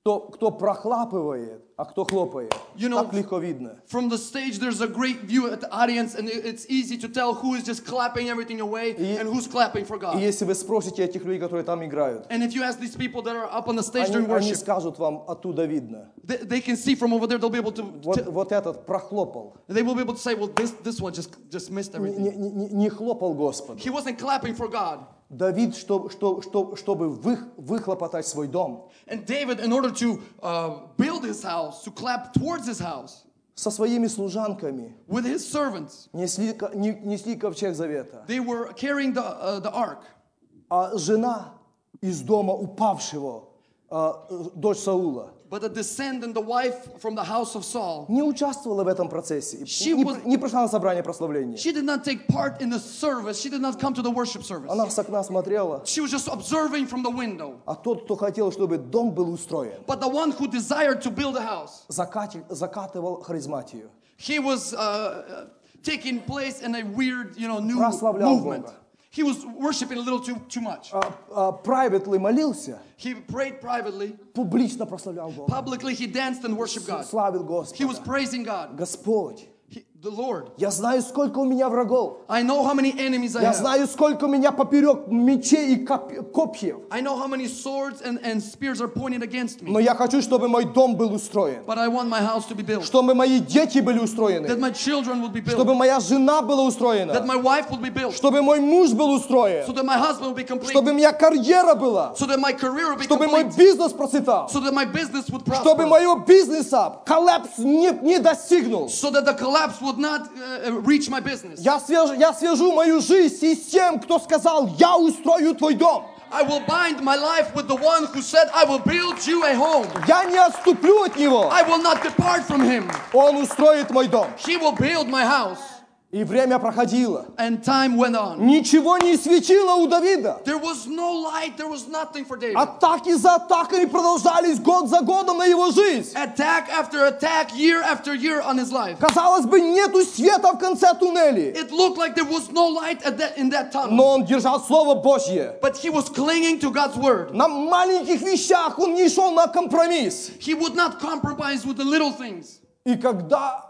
кто, кто прохлапывает, а кто хлопает.
You know-
так легко видно.
from the stage, there's a great view at the audience, and it- it's easy to tell who is just clapping everything away and who's clapping for
И
God.
если вы спросите этих людей, которые там играют,
And if you ask these people that are up on the stage
они,
during
они
worship,
скажут вам, оттуда видно.
they, they can see from over there. They'll be able to.
Вот,
to-
вот этот прохлопал.
they will be able to say, "Well, this this one just just missed everything.
Не, не- не- не хлопал Господу.
He wasn't clapping for God."
Давид, что, что, что, чтобы вы- выхлопотать свой дом,
And David, in order to uh, build his house, to clap towards his house
со своими служанками
with his servants,
несли, ко- не- несли ковчег завета.
they were carrying the uh, the ark.
А жена из дома упавшего, а, э, дочь Саула,
But the descendant, the wife from the house of Saul,
не участвовала в этом процессе, и
She
не,
was-
не пришла на собрание прославления.
She did not take part in the service. She did not come to the worship service.
Она с окна смотрела,
She was just observing from the window.
а тот, кто хотел, чтобы дом был устроен,
But the one who desired to build a house,
закати- закатывал харизматию,
he was uh, uh, taking place in a weird, you know, new
Прославлял
movement.
Бога.
He was worshiping a little too too much.
а, а, privately молился,
He prayed privately.
публично прославлял Бога,
Publicly, he danced and worshiped God.
славил
He was
Господа.
praising God,
Господь,
He- the Lord.
я знаю, сколько у меня врагов,
I know how many enemies I
Я
have.
знаю, сколько у меня поперек мечей и коп- копьев.
I know how many swords and, and spears are pointed against me.
Но я хочу, чтобы мой дом был устроен.
But I want my house to be built.
Чтобы мои дети были
That
устроены.
my children will be built.
Чтобы моя жена была
That
устроена.
my wife will be built.
Чтобы мой муж был
so
устроен.
that my husband will be complete,
Чтобы у меня карьера была.
so that my career will be
Чтобы мой
complete,
бизнес процветал.
so that my business would prosper,
Чтобы моего бизнеса коллапс не, не достигнул.
so that the collapse would not uh, reach my business.
Я свяжу, я свяжу мою жизнь с тем, кто сказал, я устрою твой дом.
I will bind my life with the one who said, I will build you a home.
Я не отступлю от него.
I will not depart from him.
Он устроит мой дом.
He will build my house.
И время проходило.
And time went on.
Ничего не светило у Давида.
There was no light, there was nothing for David.
Атаки за атаками продолжались год за годом на его жизнь.
Attack after attack, year after year on his life.
Казалось бы, нету света в конце туннеля.
It looked like there was no light at that, in that tunnel.
Но он держал Слово Божье.
But he was clinging to God's word.
На маленьких вещах он не шел на компромисс.
He would not compromise with the little things.
И когда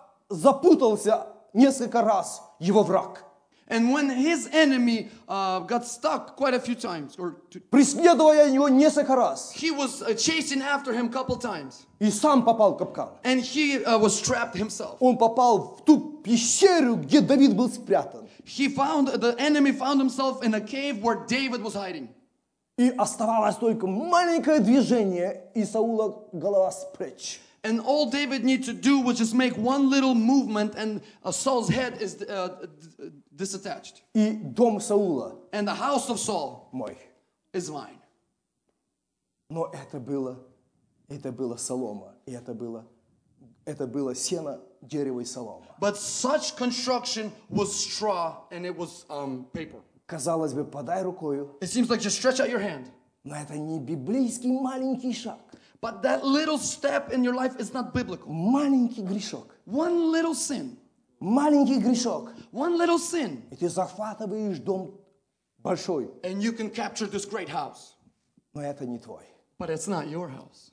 запутался несколько раз его враг,
And when his enemy uh, got stuck quite a few times, or t-
преследуя его несколько раз,
he was uh, chasing after him a couple times,
и сам попал в капкан.
and he uh, was trapped himself.
Он попал в ту пещеру, где Давид был спрятан.
He found the enemy found himself in a cave where David was hiding,
И оставалось только маленькое движение, и Саула голова спрячь.
and all David needed to do was just make one little movement, and uh, Saul's head is uh, d- disattached,
И дом Саула
and the house of Saul
мой.
is mine.
Но это было, это было солома, и это было, это было сено, дерево и солома.
But such construction was straw and it was um, paper.
Казалось бы, подай рукою,
It seems like just stretch out your hand.
но это не библейский маленький шаг.
But that little step in your life is not biblical.
Маленький грешок,
One little sin,
маленький грешок,
one little sin,
и ты захватываешь дом большой,
and you can capture this great house.
но это не твой.
But it's not your house.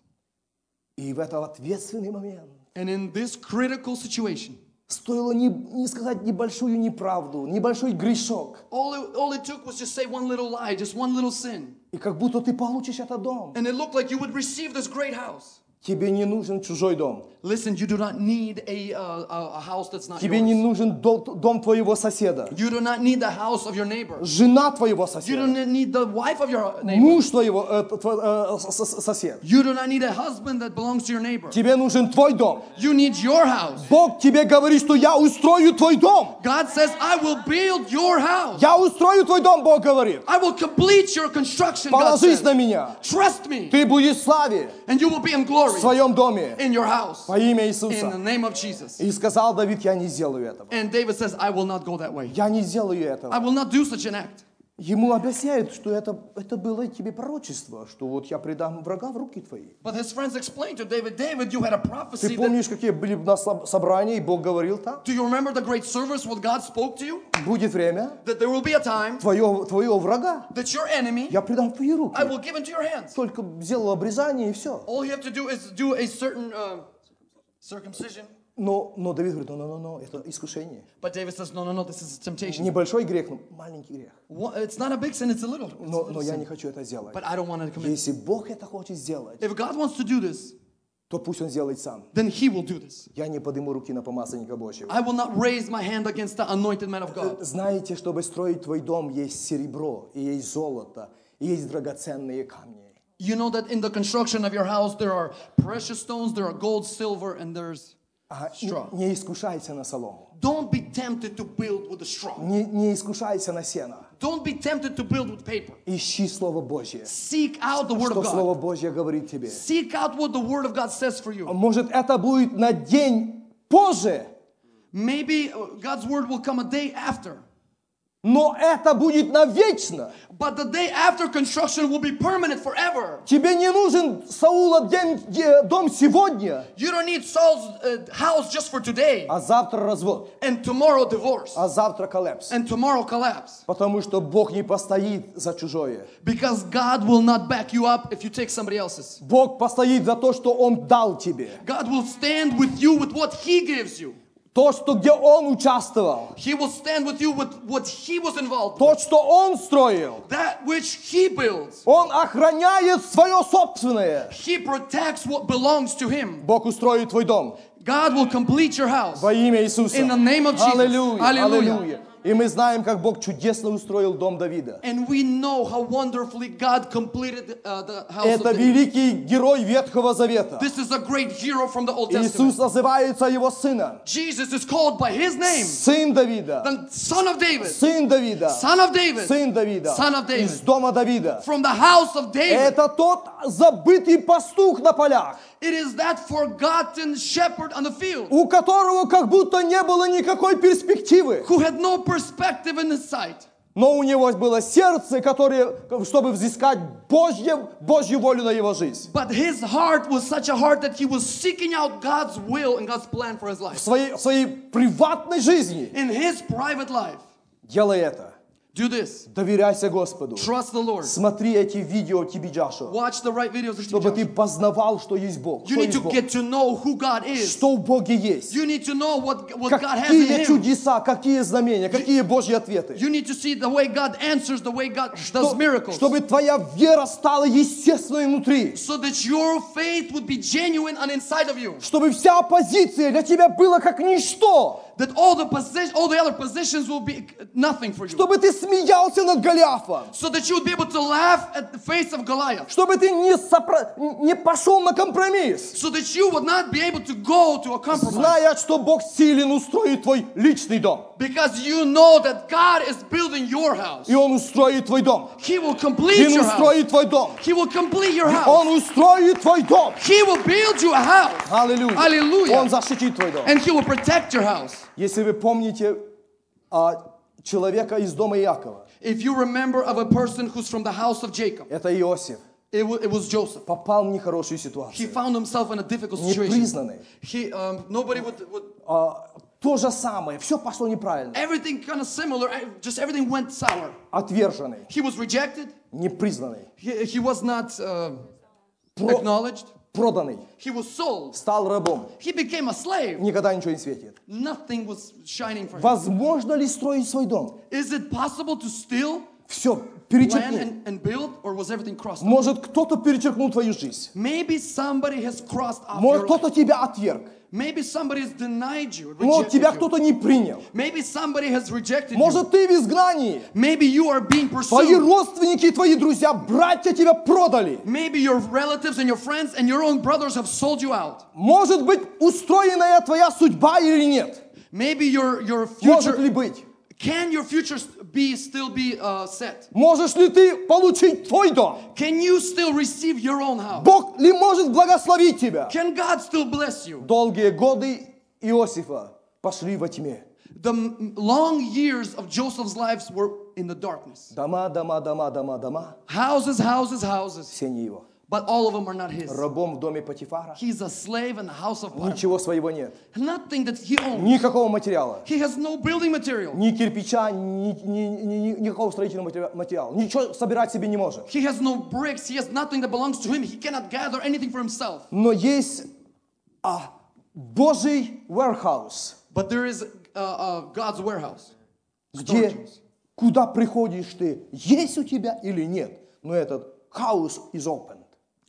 И в этот ответственный момент
And in this critical situation,
стоило не, не сказать небольшую неправду, небольшой грешок,
all it, all it took was just say one little lie, just one little sin.
и как будто ты получишь этот дом.
And it looked like you would receive this great house.
Тебе не нужен чужой дом.
Listen, you do not need a, uh, a, a house that's not
Тебе не
yours.
нужен дом, дом твоего соседа,
You do not need the house of your neighbor.
жена твоего
You do
соседа,
not need the wife of your neighbor.
муж твоего э, тво- э, с- с- сосед.
You do not need a husband that belongs to your neighbor.
Тебе нужен твой дом.
You need your house.
Бог тебе говорит, что я устрою твой дом.
God says, I will build your house.
Я устрою твой дом, Бог говорит.
I will complete your construction. God
Положись
says.
на меня.
Trust me,
Ты будешь в славе
and you will be in
в
glory
своем доме
in your house.
во имя
In the
Иисуса.
name of Jesus.
И сказал Давид, я не сделаю этого.
And David says, I will not go that way.
Я не сделаю
I
этого.
will not do such an act.
Ему объясняют, что это, это было тебе пророчество, что вот я предам врага в руки твои.
But his friends explained to David, David, you had a prophecy that
Ты помнишь, какие были на соб- собрании, и Бог говорил там?
Do you remember the great service what God spoke to you?
Будет время
That there will be a time
твое, твоего врага.
that your enemy
Я предам в твои
I
руки.
will give into your hands.
Только сделал обрезание и все.
All you have to do is do a certain uh, circumcision.
Но, но Давид говорит, ну-ну-ну, это искушение.
But David says, no, no, no, this is a temptation.
Небольшой грех, но маленький грех.
Wha- It's not a big sin, it's a little. it's a
Но,
little
но я
sin.
не хочу это делать.
But I don't want to commit.
Если Бог это хочет сделать,
If God wants to do this,
то пусть Он сделает сам.
then He will do this.
Я не подниму руки на помазанника Божьего.
I will not raise my hand against the anointed man of God.
Знаете, чтобы строить твой дом, есть серебро, и есть золото, и есть драгоценные камни.
You know that in the construction of your house, there are precious stones, there are gold, silver, and there's.
А, н-
Straw.
не искушайся на солому.
Don't be tempted to build with the straw.
Не, не искушайся на сено.
Don't be tempted to build with paper.
Ищи Слово Божье.
Seek out the Word
Что
of God.
Слово Божье говорит тебе.
Seek out what the Word of God says for you.
Может, это будет на день позже,
Maybe uh, God's Word will come a day after,
но это будет навечно.
but the day after construction will be permanent forever.
Тебе не нужен Саула день- де- дом сегодня,
You don't need Saul's uh, house just for today,
а завтра развод,
and tomorrow divorce,
а завтра коллапс.
and tomorrow collapse.
Потому что Бог не постоит за чужое.
Because God will not back you up if you take somebody else's.
Бог постоит за то, что Он дал тебе.
God will stand with you with what He gives you.
То, что где Он участвовал.
He will stand with you with what He was involved with.
То, что Он строил.
That which He builds,
Он охраняет свое собственное.
He protects what belongs to Him.
Бог устроит твой дом.
God will complete your house.
Во имя Иисуса.
In the name of Jesus.
Аллилуйя.
Аллилуйя.
Аллилуйя. И мы знаем, как Бог чудесно устроил дом Давида.
And we know how wonderfully God completed uh, the house
Это
of David.
великий герой Ветхого Завета.
This is a great hero from the Old Testament.
Иисус называется его сыном.
Jesus is called by his name,
Сын Давида.
the son of David,
Сын Давида.
son of David,
Сын Давида.
Son of David.
Из дома Давида.
from the house of David.
Это тот забытый пастух на полях,
It is that forgotten shepherd on the field
у которого как будто не было никакой перспективы.
who had no perspective in his sight.
Но у него было сердце, которое, чтобы взыскать Божье, Божью волю на его жизнь.
But his heart was such a heart that he was seeking out God's will and God's plan for his
В
life.
своей, в своей приватной жизни
In his private life,
делай это.
do this.
Doверяйся Господу.
Trust the Lord.
Смотри эти видео тебе, Джашо,
Watch the right videos.
чтобы ты познавал, что есть Бог.
You
Кто
need
есть
to
Бог.
get to know who God is.
Что в Боге есть.
You need to know what, what God has in
Какие
Him.
чудеса, какие знамения, какие Божьи ответы.
You need to see the way God answers, the way God does
Что-
miracles.
чтобы твоя вера стала естественной внутри.
So that your faith would be genuine and inside of you.
Чтобы вся оппозиция для тебя была как ничто.
That all the position, all the other positions will be nothing for you.
Чтобы ты смеялся над Голиафом.
So that you would be able to laugh at the face of Goliath.
Чтобы ты не, сопро- не пошел на компромисс.
So that you would not be able to go to a compromise.
Зная, что Бог силен устроит твой личный дом.
Because you know that God is building your house.
И Он устроит твой дом.
He will complete
И
your
Он
house.
устроит твой дом.
He will complete your
И
house.
Он устроит твой дом.
He will build you a house.
Аллилуйя.
Аллилуйя.
Он защитит твой дом.
And he will protect your house.
Если вы помните а, человека из дома Иакова,
If you remember of a person who's from the house of Jacob,
это Иосиф.
It, wa- it was Joseph.
попал в нехорошую
He
ситуацию,
found himself in a difficult situation.
непризнанный.
He, um, nobody would, would,
А, то же самое, все пошло неправильно,
everything kind of similar, eh, just everything went sour.
отверженный,
He was rejected.
непризнанный,
He, he was not uh,
Pro-
acknowledged.
проданный,
He was sold.
стал рабом,
He became a slave.
никогда ничего не светит.
Nothing was shining for him.
Возможно ли строить свой дом?
Is it possible to steal,
Все,
plan,
перечеркни.
and, and build, or was everything crossed? off?
Может, кто-то перечеркнул твою жизнь.
Maybe somebody has crossed off
Может,
your life.
кто-то тебя отверг.
Maybe somebody has denied you,
Может,
rejected
тебя
you.
кто-то не принял.
Maybe somebody has rejected you.
Может, ты в изгнании.
Maybe you are being
Твои
pursued.
родственники, твои друзья, братья тебя продали.
Maybe your relatives and your friends and your own brothers have sold you out.
Может быть, устроенная твоя судьба или нет.
Maybe your your
Может
future
ли быть?
can your future st- be still be uh, set?
Можешь ли ты получить твой дом?
Can you still receive your own house?
Бог ли может благословить тебя?
Can God still bless you?
Долгие годы Иосифа пошли во тьме.
The m- long years of Joseph's lives were in the darkness.
Дома, дома, дома, дома, дома.
Houses, houses, houses.
Все не его.
But all of them are not his.
Рабом в доме Патифара.
He's a slave in the house of Potiphar.
Ничего своего нет.
Nothing that he owns.
Никакого материала.
He has no building material.
Ни кирпича, ни, ни- ни- ни- никакого строительного матери- материала. Ничего собирать себе не может.
He has no bricks. He has nothing that belongs to him. He cannot gather anything for himself.
Но есть а, Божий warehouse,
But there is uh, uh, God's warehouse.
где,
Storage.
куда приходишь ты, есть у тебя или нет. Но этот house is open.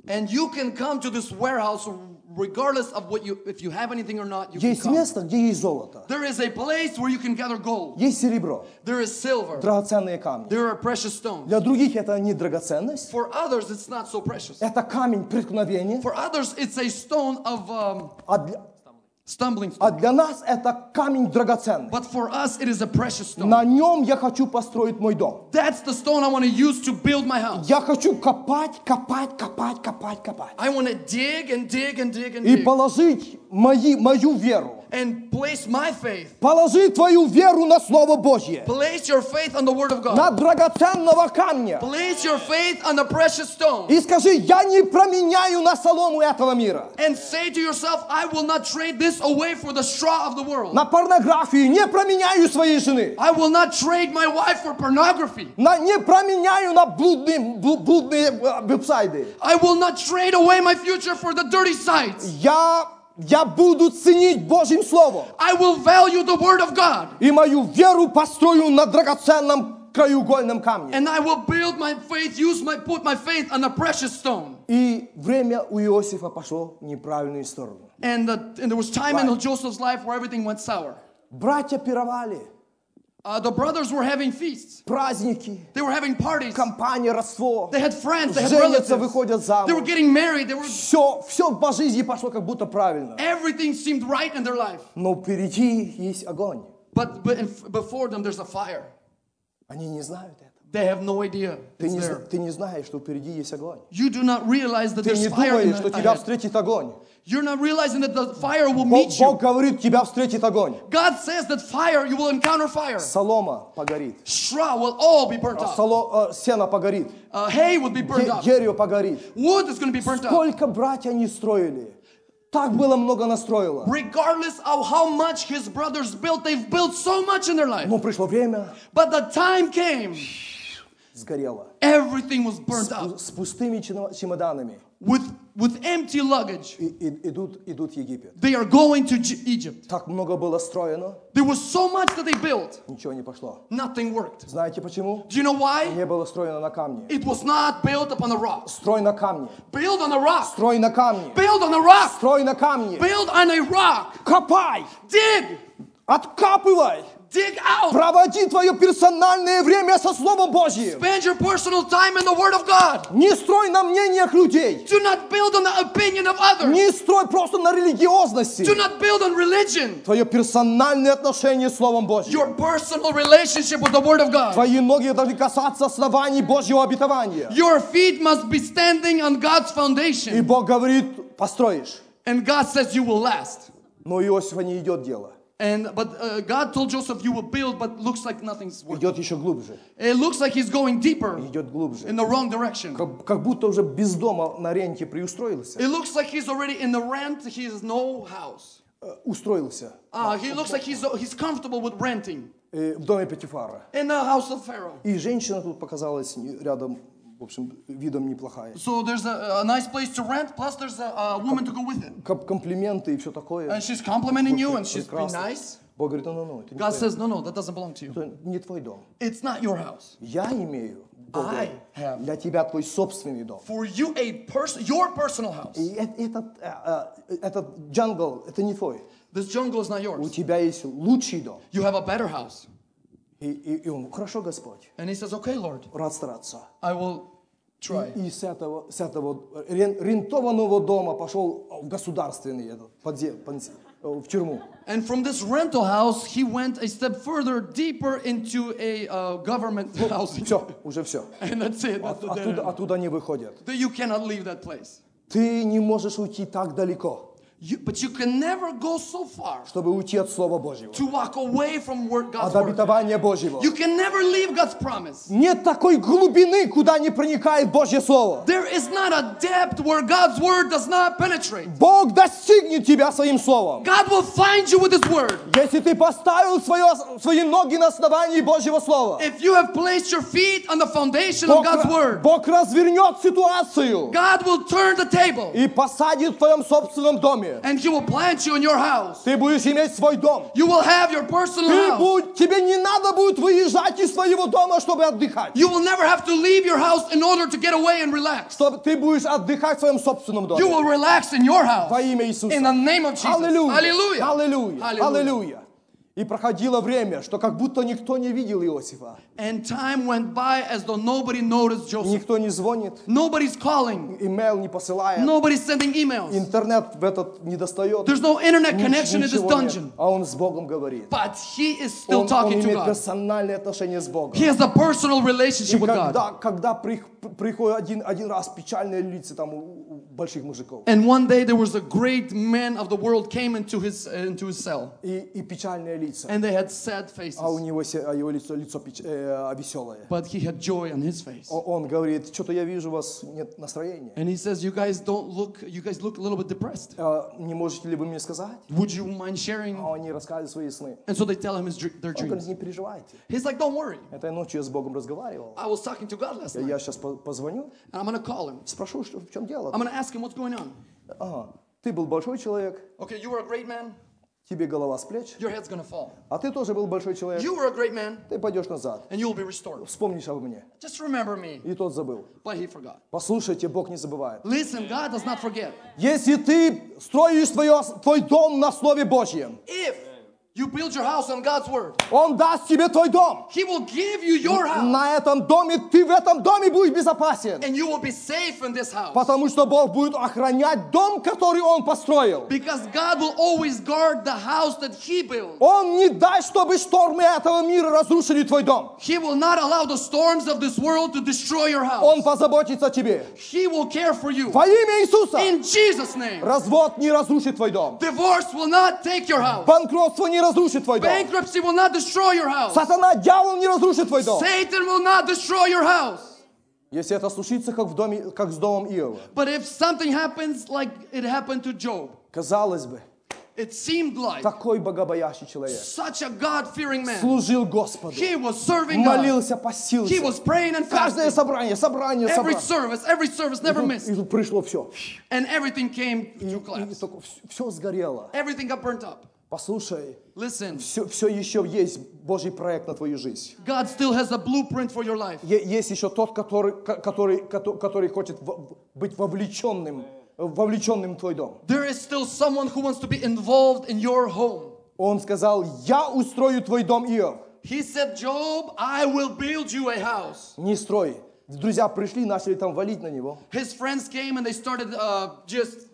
And you can come to this warehouse regardless of what you, if you have anything or not, you can
Есть
come.
место, где есть золото,
There is a place where you can gather gold.
есть серебро,
There is silver.
драгоценные камни.
There are precious stones.
Для других это не драгоценность,
For others, it's not so precious.
это камень преткновения,
For others, it's a stone of um,
а для,
stumbling stone.
а для нас это камень драгоценный.
But for us, it is a precious stone.
На нем я хочу построить мой дом.
That's the stone I want to use to build my house.
Я хочу копать, копать, копать, копать, копать.
I want to dig and dig and dig and
И
dig.
положить мои, мою веру.
And place my faith.
Положи твою веру на Слово Божье.
Place your faith on the Word of
На
God.
драгоценного камня.
Place your faith on the precious stone.
И скажи, я не променяю на солому этого мира.
And say to yourself, I will not trade this away for the straw of the world.
На порнографию не променяю своей жены.
I will not trade my wife for pornography.
На, не променяю на блудные, блу- блудные э, веб-сайды.
I will not trade away my future for the dirty sights.
Я, я буду ценить Божьим Словом.
I will value the Word of God.
И мою веру построю на драгоценном краеугольном камне.
And I will build my faith, use my, put my faith on the precious stone.
И время у Иосифа пошло в неправильную сторону.
And, the, and there was time in
Right.
Joseph's life where everything went sour.
Братья пировали,
Uh, the brothers were having feasts.
праздники,
They were having parties.
компания, родство.
They had friends. They had relatives.
Женятся,
They
выходят замуж.
were getting married. They were
Все, все по жизни пошло как будто правильно.
everything seemed right in their life.
Но впереди есть огонь.
But, but in, before them, there's a fire.
Они не знают этого.
They have no idea
Ты
it's
не,
there.
зна- ты не знаешь, что впереди есть огонь.
You do not realize that
Ты
there's
не
fire. In
думаешь, что
the,
тебя
ahead.
встретит огонь.
You're not realizing that the fire will
Бог,
meet
Бог
you.
говорит, тебя встретит огонь.
God says that fire, you will encounter fire.
Солома погорит.
Straw will all be burnt up.
Соло, э, сено погорит.
Uh, hay would be burnt
Е-
up.
дерево погорит.
Wood is going to be burnt up.
Сколько братья не строили. Так было много настроило.
Regardless of how much his brothers built, they've built so much in their life.
Но пришло время,
But the time came,
сгорело.
everything was burnt
Пу-
up
С пустыми чино- чемоданами
with, with empty luggage.
и- и- идут, идут в Египет.
They are going to G- Egypt.
Так много было строено,
There was so much that they built,
ничего не пошло.
nothing worked.
Знаете почему?
Do you know why?
Не было строено на камне.
It was not built upon the rocks.
Строй на камне.
Build on a rock.
Строй на камне.
Build on a rock.
Строй на камне.
Build on a rock.
Копай.
Dig.
Откапывай.
Dig out.
Проводи твое персональное время со Словом Божьим.
Spend your personal time in the Word of God.
Не строй на мнениях людей.
Do not build on the opinion of others.
Не строй просто на религиозности.
Do not build on religion.
Твое персональное отношение с Словом Божьим.
Your personal relationship with the Word of God.
Твои ноги должны касаться оснований Божьего обетования.
Your feet must be standing on God's
И
foundation.
Бог говорит, построишь.
And God says you will last.
Но у Иосифа не идет дело.
And but uh, God told Joseph, "You will build," but looks like nothing's working.
идет еще глубже,
It looks like he's going deeper
идет глубже.
in the wrong direction.
Как, как будто уже без дома на ренте приустроился.
It looks like he's already in the rent. He has no house.
Э, Устроился
Uh, he looks like he's he's comfortable with renting
э, в доме Петифара.
in the house of Pharaoh.
И женщина тут показалась не- рядом, в общем, видом неплохая.
So there's a, a nice place to rent. Plus, there's a, a woman to go with it,
Ком- Комплименты и все такое.
and she's complimenting you, and she's being
Прекрасно.
nice.
Бог говорит, ну-ну-ну, это не
God
твоя-
says, "No, no, that doesn't belong to you.
это не твой дом.
It's not your house.
Я имею Бог
I
говорит,
have.
для тебя твой собственный дом.
For you, a person, your personal house.
И э- этот, э, э, этот джангл, это не твой.
This jungle is not
У
yours.
тебя есть лучший дом.
You have a better house."
И, и- и он, хорошо, Господь,
And he says, "Okay, Lord,
рад стараться.
I will try."
И с этого, с этого рен- рентованного дома пошел в государственный этот, подзе- панзе- э, в тюрьму.
And from this rental house, he went a step further, deeper into a uh, government housing.
Все, уже все.
And that's it. That's the dead
Оттуда,
end.
оттуда не выходят.
That You cannot leave that place.
Ты не можешь уйти так далеко,
You, but you can never go so far
чтобы уйти от Слова Божьего,
to walk away from word, God's
от
word.
обетования Божьего.
You can never leave God's promise.
Нет такой глубины, куда не проникает Божье Слово.
There is not a depth where God's word does not penetrate.
Бог достигнет тебя своим Словом.
God will find you with His word.
Если ты поставил свое- свои ноги на основании Божьего Слова,
If you have placed your feet on the foundation of
Бог,
God's
ра-
word,
Бог развернет ситуацию
God will turn the table
и посадит в твоем собственном доме.
and He will plant you in your house.
Ты будешь иметь свой дом.
You will have your personal
Ты
house.
будь- тебе не надо будет выезжать из своего дома, чтобы отдыхать.
You will never have to leave your house in order to get away and relax.
Чтобы ты будешь отдыхать в своем собственном
You
доме.
will relax in your
Во
house.
имя Иисуса.
In the name of Jesus.
Аллилуйя.
Hallelujah.
Аллилуйя.
Hallelujah.
Аллилуйя. И проходило время, что как будто никто не видел Иосифа.
And time went by as though nobody noticed Joseph.
Никто не звонит,
Nobody's calling.
имейл не посылает,
Nobody's sending emails.
интернет в этот не достает.
There's no internet
Ни-
А connection in this
ничего нет.
dungeon.
А он с Богом говорит.
But he is
Он,
still
он
talking to
имеет
God.
персональные отношения с Богом.
He has a personal
И
relationship with God.
когда, когда прих- приходит один, один раз печальные лица там у, у больших мужиков,
And one day there was a great man of the world came into his into his cell,
и, и печальные лица,
and they had sad
а у
faces,
него се- а его лицо, лицо печ- э, веселое.
but he had joy on his face.
О- Он говорит, что-то я вижу, у вас нет настроения.
And he says, "You guys don't look. You guys look a little bit depressed.
«А, Не можете ли вы мне сказать?
Would you mind sharing?"
А они рассказывают свои сны.
And so they tell him his dr- their
Он говорит,
dreams.
не переживайте.
He's like, "Don't worry.
Этой ночью я с Богом разговаривал.
I was talking to God last night,
Я сейчас позвоню,
and I'm gonna call him.
спрошу, что, в чем дело.
I'm gonna ask him what's going on.
Ага, ты был большой человек,
Okay, you were a great man.
тебе голова с плеч,
Your head's gonna fall.
а ты тоже был большой человек,
You were a great man,
ты пойдешь назад,
and you will be restored.
вспомнишь обо мне.
Just remember me."
И тот забыл.
But he forgot.
Послушайте, Бог не забывает.
Listen, God does not forget.
Если ты строишь твое- твой дом на Слове Божьем,
If you build your house on God's word,
Он даст тебе твой дом.
He will give you your house,
На этом доме, ты в этом доме будешь безопасен.
and you will be safe in this house.
Потому что Бог будет охранять дом, который Он построил.
Because God will always guard the house that He built.
Он не даст, чтобы штормы этого мира разрушили твой дом.
He will not allow the storms of this world to destroy your house.
Он позаботится о тебе.
He will care for you.
Во имя Иисуса
In Jesus' name.
развод не разрушит твой дом.
Divorce will not take your house.
Банкротство не разрушит твой дом.
Bankruptcy will not destroy your house.
Сатана, дьявол не разрушит твой дом.
Satan will not destroy your house.
Если это случится, как, в доме, как с домом Иова.
But if something happens like it happened to Job,
Казалось бы,
it seemed like
такой богобоящий человек.
such a God-fearing man.
Служил Господу.
He was serving God.
Молился, постился.
He was praying and
Каждое
fasting.
собрание, собрание,
Every
собрание.
service, every service never missed.
И тут пришло все.
And everything came
И,
to collapse.
все сгорело.
Everything got burnt up.
Послушай,
Listen,
все, еще есть Божий проект на твою жизнь.
God still has a blueprint for your life.
Е- Есть еще тот, который, ко- который, кото- который хочет во- быть вовлеченным, вовлеченным в твой дом.
There is still someone who wants to be involved in your home.
Он сказал, я устрою твой дом, Иов.
He said, Job, I will build you a house.
Не строй. Друзья пришли, начали там валить на него.
His friends came and they started uh, just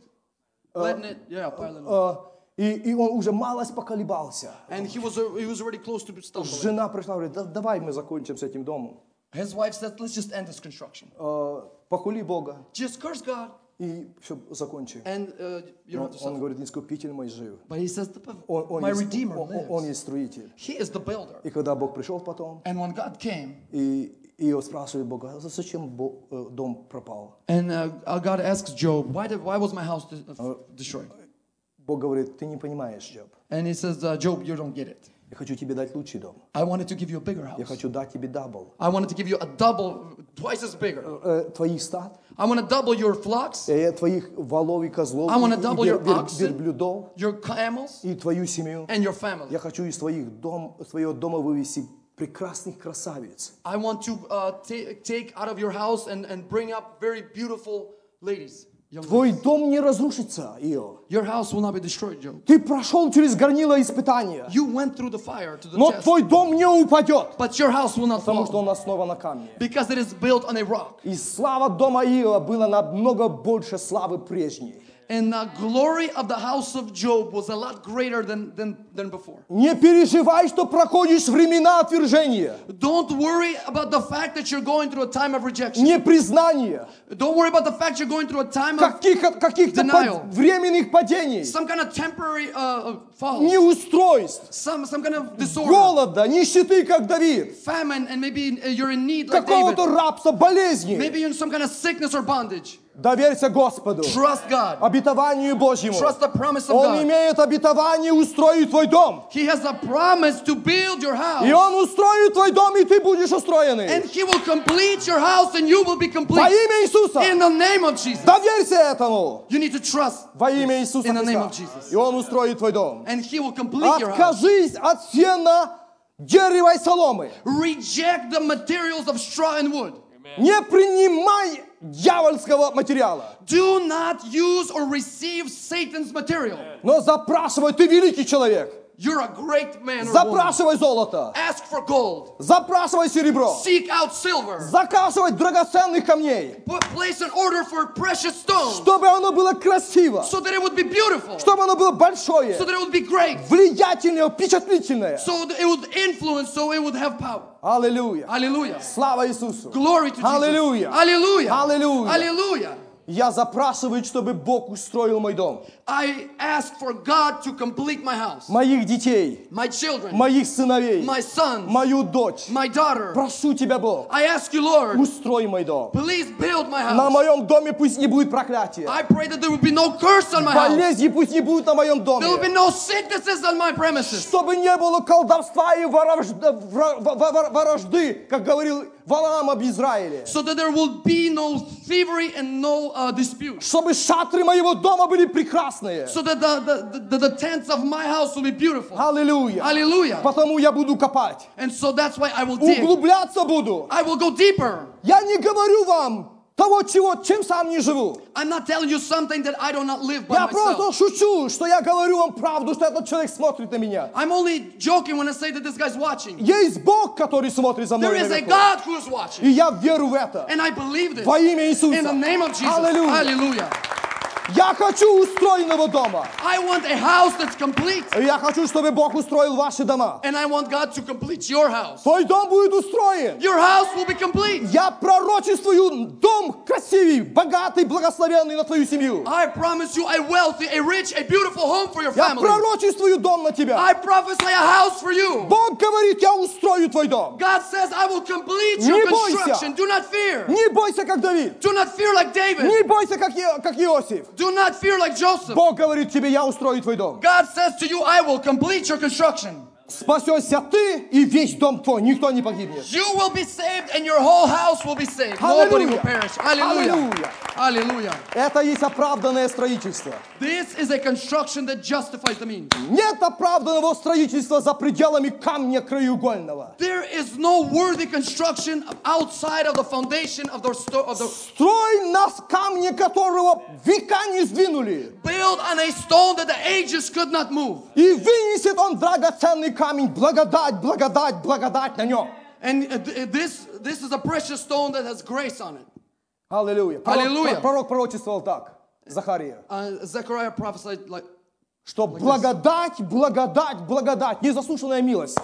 letting it, yeah, piling on.
Э, И, и он уже малость поколебался.
And he was, al- he was already close to stumbling.
Жена пришла, говорит, «Да- давай мы закончим с этим домом.
His wife said, let's just end this construction.
Э, Похули Бога.
Just curse God.
И все, закончи.
And uh, you don't have
Он,
to
он
suffer.
говорит, не искупитель мой жив.
But he says, the,
Он, он
My
есть-
Redeemer
он- он-
lives.
он есть строитель.
He is the builder.
И когда Бог пришел потом,
And when God came,
и, и он спрашивает Бога, «А зачем Бо- э, дом пропал?
and uh, uh, God asks Job, why, did, why was my house de- uh, destroyed?
Бог говорит, ты не понимаешь, Джоб.
And he says, uh, Job, you don't get it.
Я хочу тебе дать лучший дом.
I wanted to give you a bigger house.
Я хочу дать тебе дабл.
I wanted to give you a double, twice as bigger.
Э, твоих стад,
I want to double your flocks,
э, твоих волов и козлов,
I wanna
и- и
double your oxen.
верблюдов,
your camels,
и твою семью.
and your family.
Я хочу из твоих дом, твоего дома вывести прекрасных красавиц.
I want to uh, ta- take out of your house and, and bring up very beautiful ladies. Young ladies.
Твой дом не разрушится, Ио.
Your house will not be destroyed, Job.
Ты прошел через горнило испытания,
You went through the fire to the
но
test,
твой дом не упадет,
but your house will not
потому что
fall
он основан на камне.
because it is built on a rock.
И слава дома Иова была намного больше славы прежней.
And the glory of the house of Job was a lot greater than, than, than before.
Не переживай, что проходишь времена отвержения,
Don't worry about the fact that you're going through a time of rejection.
непризнания,
Don't worry about the fact you're going through a time of
каких, каких-то
Denial.
под- временных падений,
some kind of temporary uh, fall,
неустройств,
some, some kind of disorder,
голоda, нищеты, как Давид,
famine, and maybe uh, you're in need like David.
какого-то рабства, болезни.
Maybe you're in some kind of sickness or bondage.
Доверься Господу,
Trust God.
обетованию Божьему.
Trust the promise of
Он
God.
имеет обетование устроить твой дом.
He has a promise to build your
И
house.
он устроит твой дом, и ты будешь
And
устроенный.
He will complete your house and you will be
Во
complete.
имя Иисуса.
In the name of Jesus.
Доверься этому.
You need to trust.
Во имя Иисуса
In the name of
Христа.
Jesus.
И он устроит твой дом.
And He will complete your house.
Откажись от сена, дерева и соломы.
Reject the materials of straw and wood.
Не принимай дьявольского материала.
Do not use or receive Satan's material.
Но запрашивай, ты великий человек.
You're a great man or woman.
Запрашивай золото.
Ask for gold.
Запрашивай серебро.
Seek out silver.
Заказывай драгоценных камней.
Put, place an order for precious stones
Чтобы оно было красиво.
so that it would be beautiful.
Чтобы оно было большое.
so that it would be great,
Влиятельное, впечатлительное.
so that it would influence, so it would have power.
Аллилуйя.
Hallelujah.
Слава Иисусу.
Glory to Jesus.
Hallelujah.
Hallelujah.
Hallelujah.
Hallelujah.
Я запрашиваю, чтобы Бог устроил мой дом.
I ask for God to complete my house,
Моих детей.
my children,
Моих сыновей.
my son,
Мою дочь.
my daughter.
Прошу тебя, Бог.
I ask you, Lord,
Устрой мой дом.
please build my
На
house.
моем доме пусть не будет проклятия.
I pray that there will be no curse on my house.
Болезни пусть не будет на моем
There will be
доме.
no sicknesses on my premises.
Чтобы не было колдовства и ворожд- вра- во- во- во- ворожды, как говорил Валаам об Израиле.
So that there will be no thievery and no uh, dispute.
Чтобы шатры моего дома были прекрасные.
So that the, the, the, the tents of my house will be beautiful.
Аллилуйя.
Hallelujah.
Потому я буду копать.
And so that's why I will dig.
Углубляться буду.
I will go deeper.
Я не говорю вам того, чего, чем сам не живу.
I'm not telling you something that I do not live by
Я
myself.
просто шучу, что я говорю вам правду, что этот человек смотрит на меня.
I'm only joking when I say that this guy's watching.
Есть Бог, который смотрит за
There
мной.
is a
наверху.
God who is
И
watching.
я верю в это.
And I believe this.
Во имя
In the
Иисуса.
name of Jesus.
Hallelujah.
Hallelujah.
Я хочу устроенного дома.
I want a house that's complete.
И Я хочу, чтобы Бог устроил ваши дома.
And I want God to complete your house.
Твой дом будет устроен.
Your house will be complete.
Я пророчествую дом красивый, богатый, благословенный на твою семью.
I promise you a wealthy, a rich, a beautiful home for your
Я
family.
пророчествую дом на тебя.
I prophesy a house for you.
Бог говорит, я устрою твой дом.
God says, I will complete
Не
your
бойся.
construction. Do not fear.
Не бойся, как Давид.
Do not fear like David.
Не бойся, как, Ио- как Иосиф.
Do not fear like Joseph.
Бог говорит тебе, я устрою твой дом.
God says to you, I will complete your construction.
Спасешься ты и весь дом твой, никто не погибнет.
You will be saved and your whole house will be saved. Nobody will
Hallelujah.
perish. Hallelujah. Hallelujah.
Это есть оправданное строительство.
This is a construction that justifies the means.
Нет оправданного строительства за пределами камня краеугольного.
There is no worthy construction outside of the foundation of the sto- of the
Строй нас камни, которого века не сдвинули.
build on a stone that the ages could not move.
И вынесет он драгоценный камень, благодать, благодать, благодать на нем.
And uh, th- this this is a precious stone that has grace on it.
Аллилуйя. Пророк,
Аллилуйя.
пророк пророчествовал так, Захария,
Uh, Zechariah prophesied like
что благодать, благодать, благодать, незаслуженная милость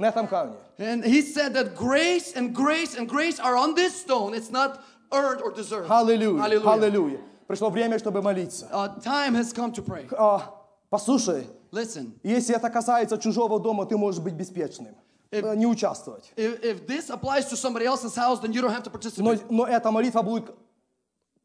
на этом камне.
and he said that grace and grace and grace are on this stone. It's not earned or deserved.
Аллилуйя. Аллилуйя. Пришло время, чтобы молиться.
Uh, time has come to pray.
А, послушай,
Listen,
если это касается чужого дома, ты можешь быть беспечным, э, не участвовать.
if, if this applies to somebody else's house, then you don't have to
Но,
participate.
но эта молитва будет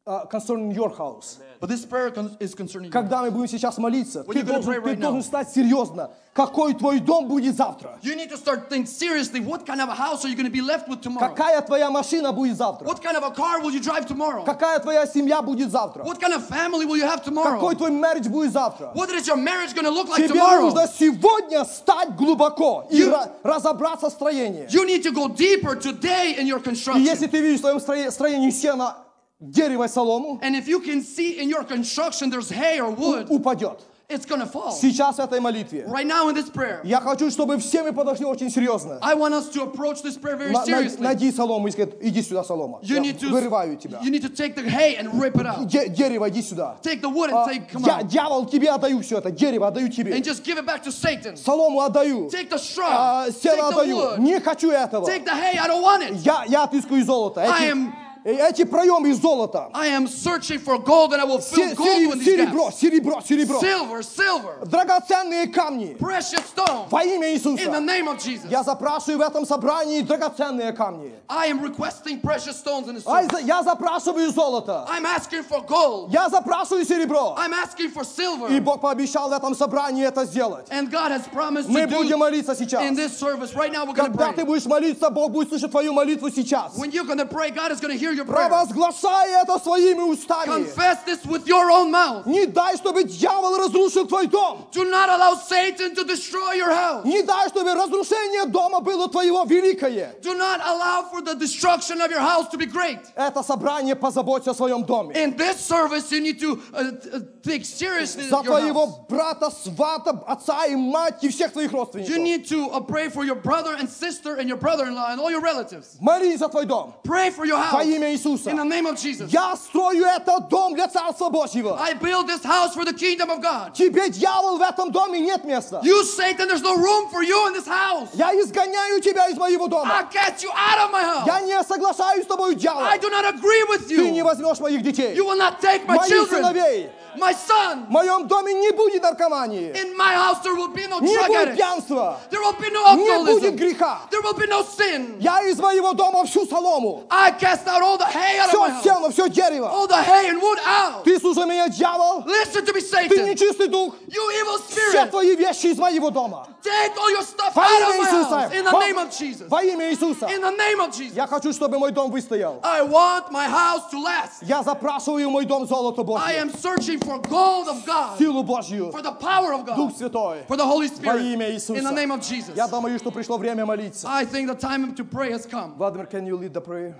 а, concerning your house.
But this prayer con- is concerning you.
Когда мы будем сейчас молиться,
When
ты
you're gonna
должен,
pray
ты
right now.
должен стать серьезно. Какой твой дом будет завтра?
You need to start thinking seriously. What kind of a house are you going to be left with tomorrow?
Какая твоя машина будет завтра?
What kind of a car will you drive tomorrow?
Какая твоя семья будет завтра?
What kind of family will you have tomorrow?
Какой твой marriage будет завтра?
What is your marriage going to look like
Тебе
tomorrow?
нужно сегодня стать глубоко и
You-
ра- разобраться в строении.
You need to go deeper today in your
И
construction.
если ты видишь в своем строении, строении сена, дерево и солому,
And if you can see in your construction there's hay or wood,
упадет.
it's going to fall.
Сейчас в этой молитве.
Right now in this prayer,
Я хочу, чтобы все мы подошли очень серьезно.
I want us to approach this prayer very
На- на-
seriously.
найди солому и скажи, иди сюда, солома.
You
Я
need to
вырываю тебя.
you need to take the hay and rip it out.
Де- дерево, иди сюда.
Take the wood
А,
and take come
я-
out.
дьявол, тебе отдаю все это. Дерево отдаю тебе.
And just give it back to Satan.
Солому отдаю.
Take the straw.
А,
Take
сено
the
отдаю.
wood.
Не хочу этого.
Take the hay. I don't want it.
Я, я отыскаю золото. Эти,
I am-
э, эти проемы из золота.
I am searching for gold and I will
Се-
fill gold
сери-
with these
Серебро,
gaps.
серебро, серебро.
Silver, silver,
Uh, Драгоценные камни.
precious stone.
Во имя
In the
Иисуса.
name of Jesus.
Я запрашиваю в этом собрании драгоценные камни.
I am requesting precious stones in this
А
room.
из- Я запрашиваю золото.
I'm asking for gold.
Я запрашиваю серебро.
I'm asking for
И
silver.
Бог пообещал в этом собрании это сделать.
And God has promised
Мы
to
будем
do
молиться сейчас.
in this service. Right now we're going
Когда
to
ты
pray.
будешь молиться, Бог будет слышать твою молитву сейчас.
When you're going to pray, God is going to hear your prayer.
Провозглашай это своими устами.
Confess this with your own mouth.
Не дай, чтобы дьявол разрушил твой дом.
Do not allow Satan to destroy your house.
Не дай, чтобы разрушение дома было твоего великое.
Do not allow for the destruction of your house to be great.
Это собрание позаботься о своем доме.
In this service, you need to uh, t- uh, take seriously
За
your
твоего
house.
брата, свата, отца и мать и всех твоих
You
родственников.
need to uh, pray for your brother and sister and your brother-in-law and all your relatives.
Молись за твой дом.
Pray for your
Во
house
имя Иисуса.
in the name of Jesus.
Я строю этот дом для Царства Божьего.
I build this house for the kingdom of God.
Тебе, дьявол, в этом доме нет места.
You, Satan, there's no room for you in this house.
Я изгоняю тебя из моего
I
дома.
cast you out of my
Я
house.
не соглашаюсь с тобой, дьявол.
I do not agree with
Ты не
you.
возьмешь моих детей.
А- You will not take my
Моих
children,
сыновей.
my
В
son.
моем доме не будет наркомании.
In my house, there will be no
Не
drug
будет
addict.
пьянства.
There will be no
Не будет
alcoholism.
греха.
There will be no sin.
Я из моего дома всю солому.
I cast out all the hay out of my
Все
house.
сено, все дерево.
All the hay and wood out.
Ты слушай меня, дьявол.
Listen to me,
Ты
Satan.
нечистый дух.
You evil
Все
spirit.
твои вещи из моего дома.
Take all your stuff
Во
out of
имя
my house. In
Иисуса.
the name
Во,
of Jesus.
во имя Иисуса.
In the name of Jesus.
Я хочу, чтобы мой дом выстоял.
I want my house to last.
Я запрашиваю мой дом золото
I
Божье.
am searching for gold of God,
Силу Божью.
for the power of
Дух
God,
Святой.
for the Holy
Во
Spirit.
имя
In the
Иисуса.
name of Jesus.
Я думаю, что пришло время молиться.
I think the time to pray has come.
Vladimir, can you lead the prayer?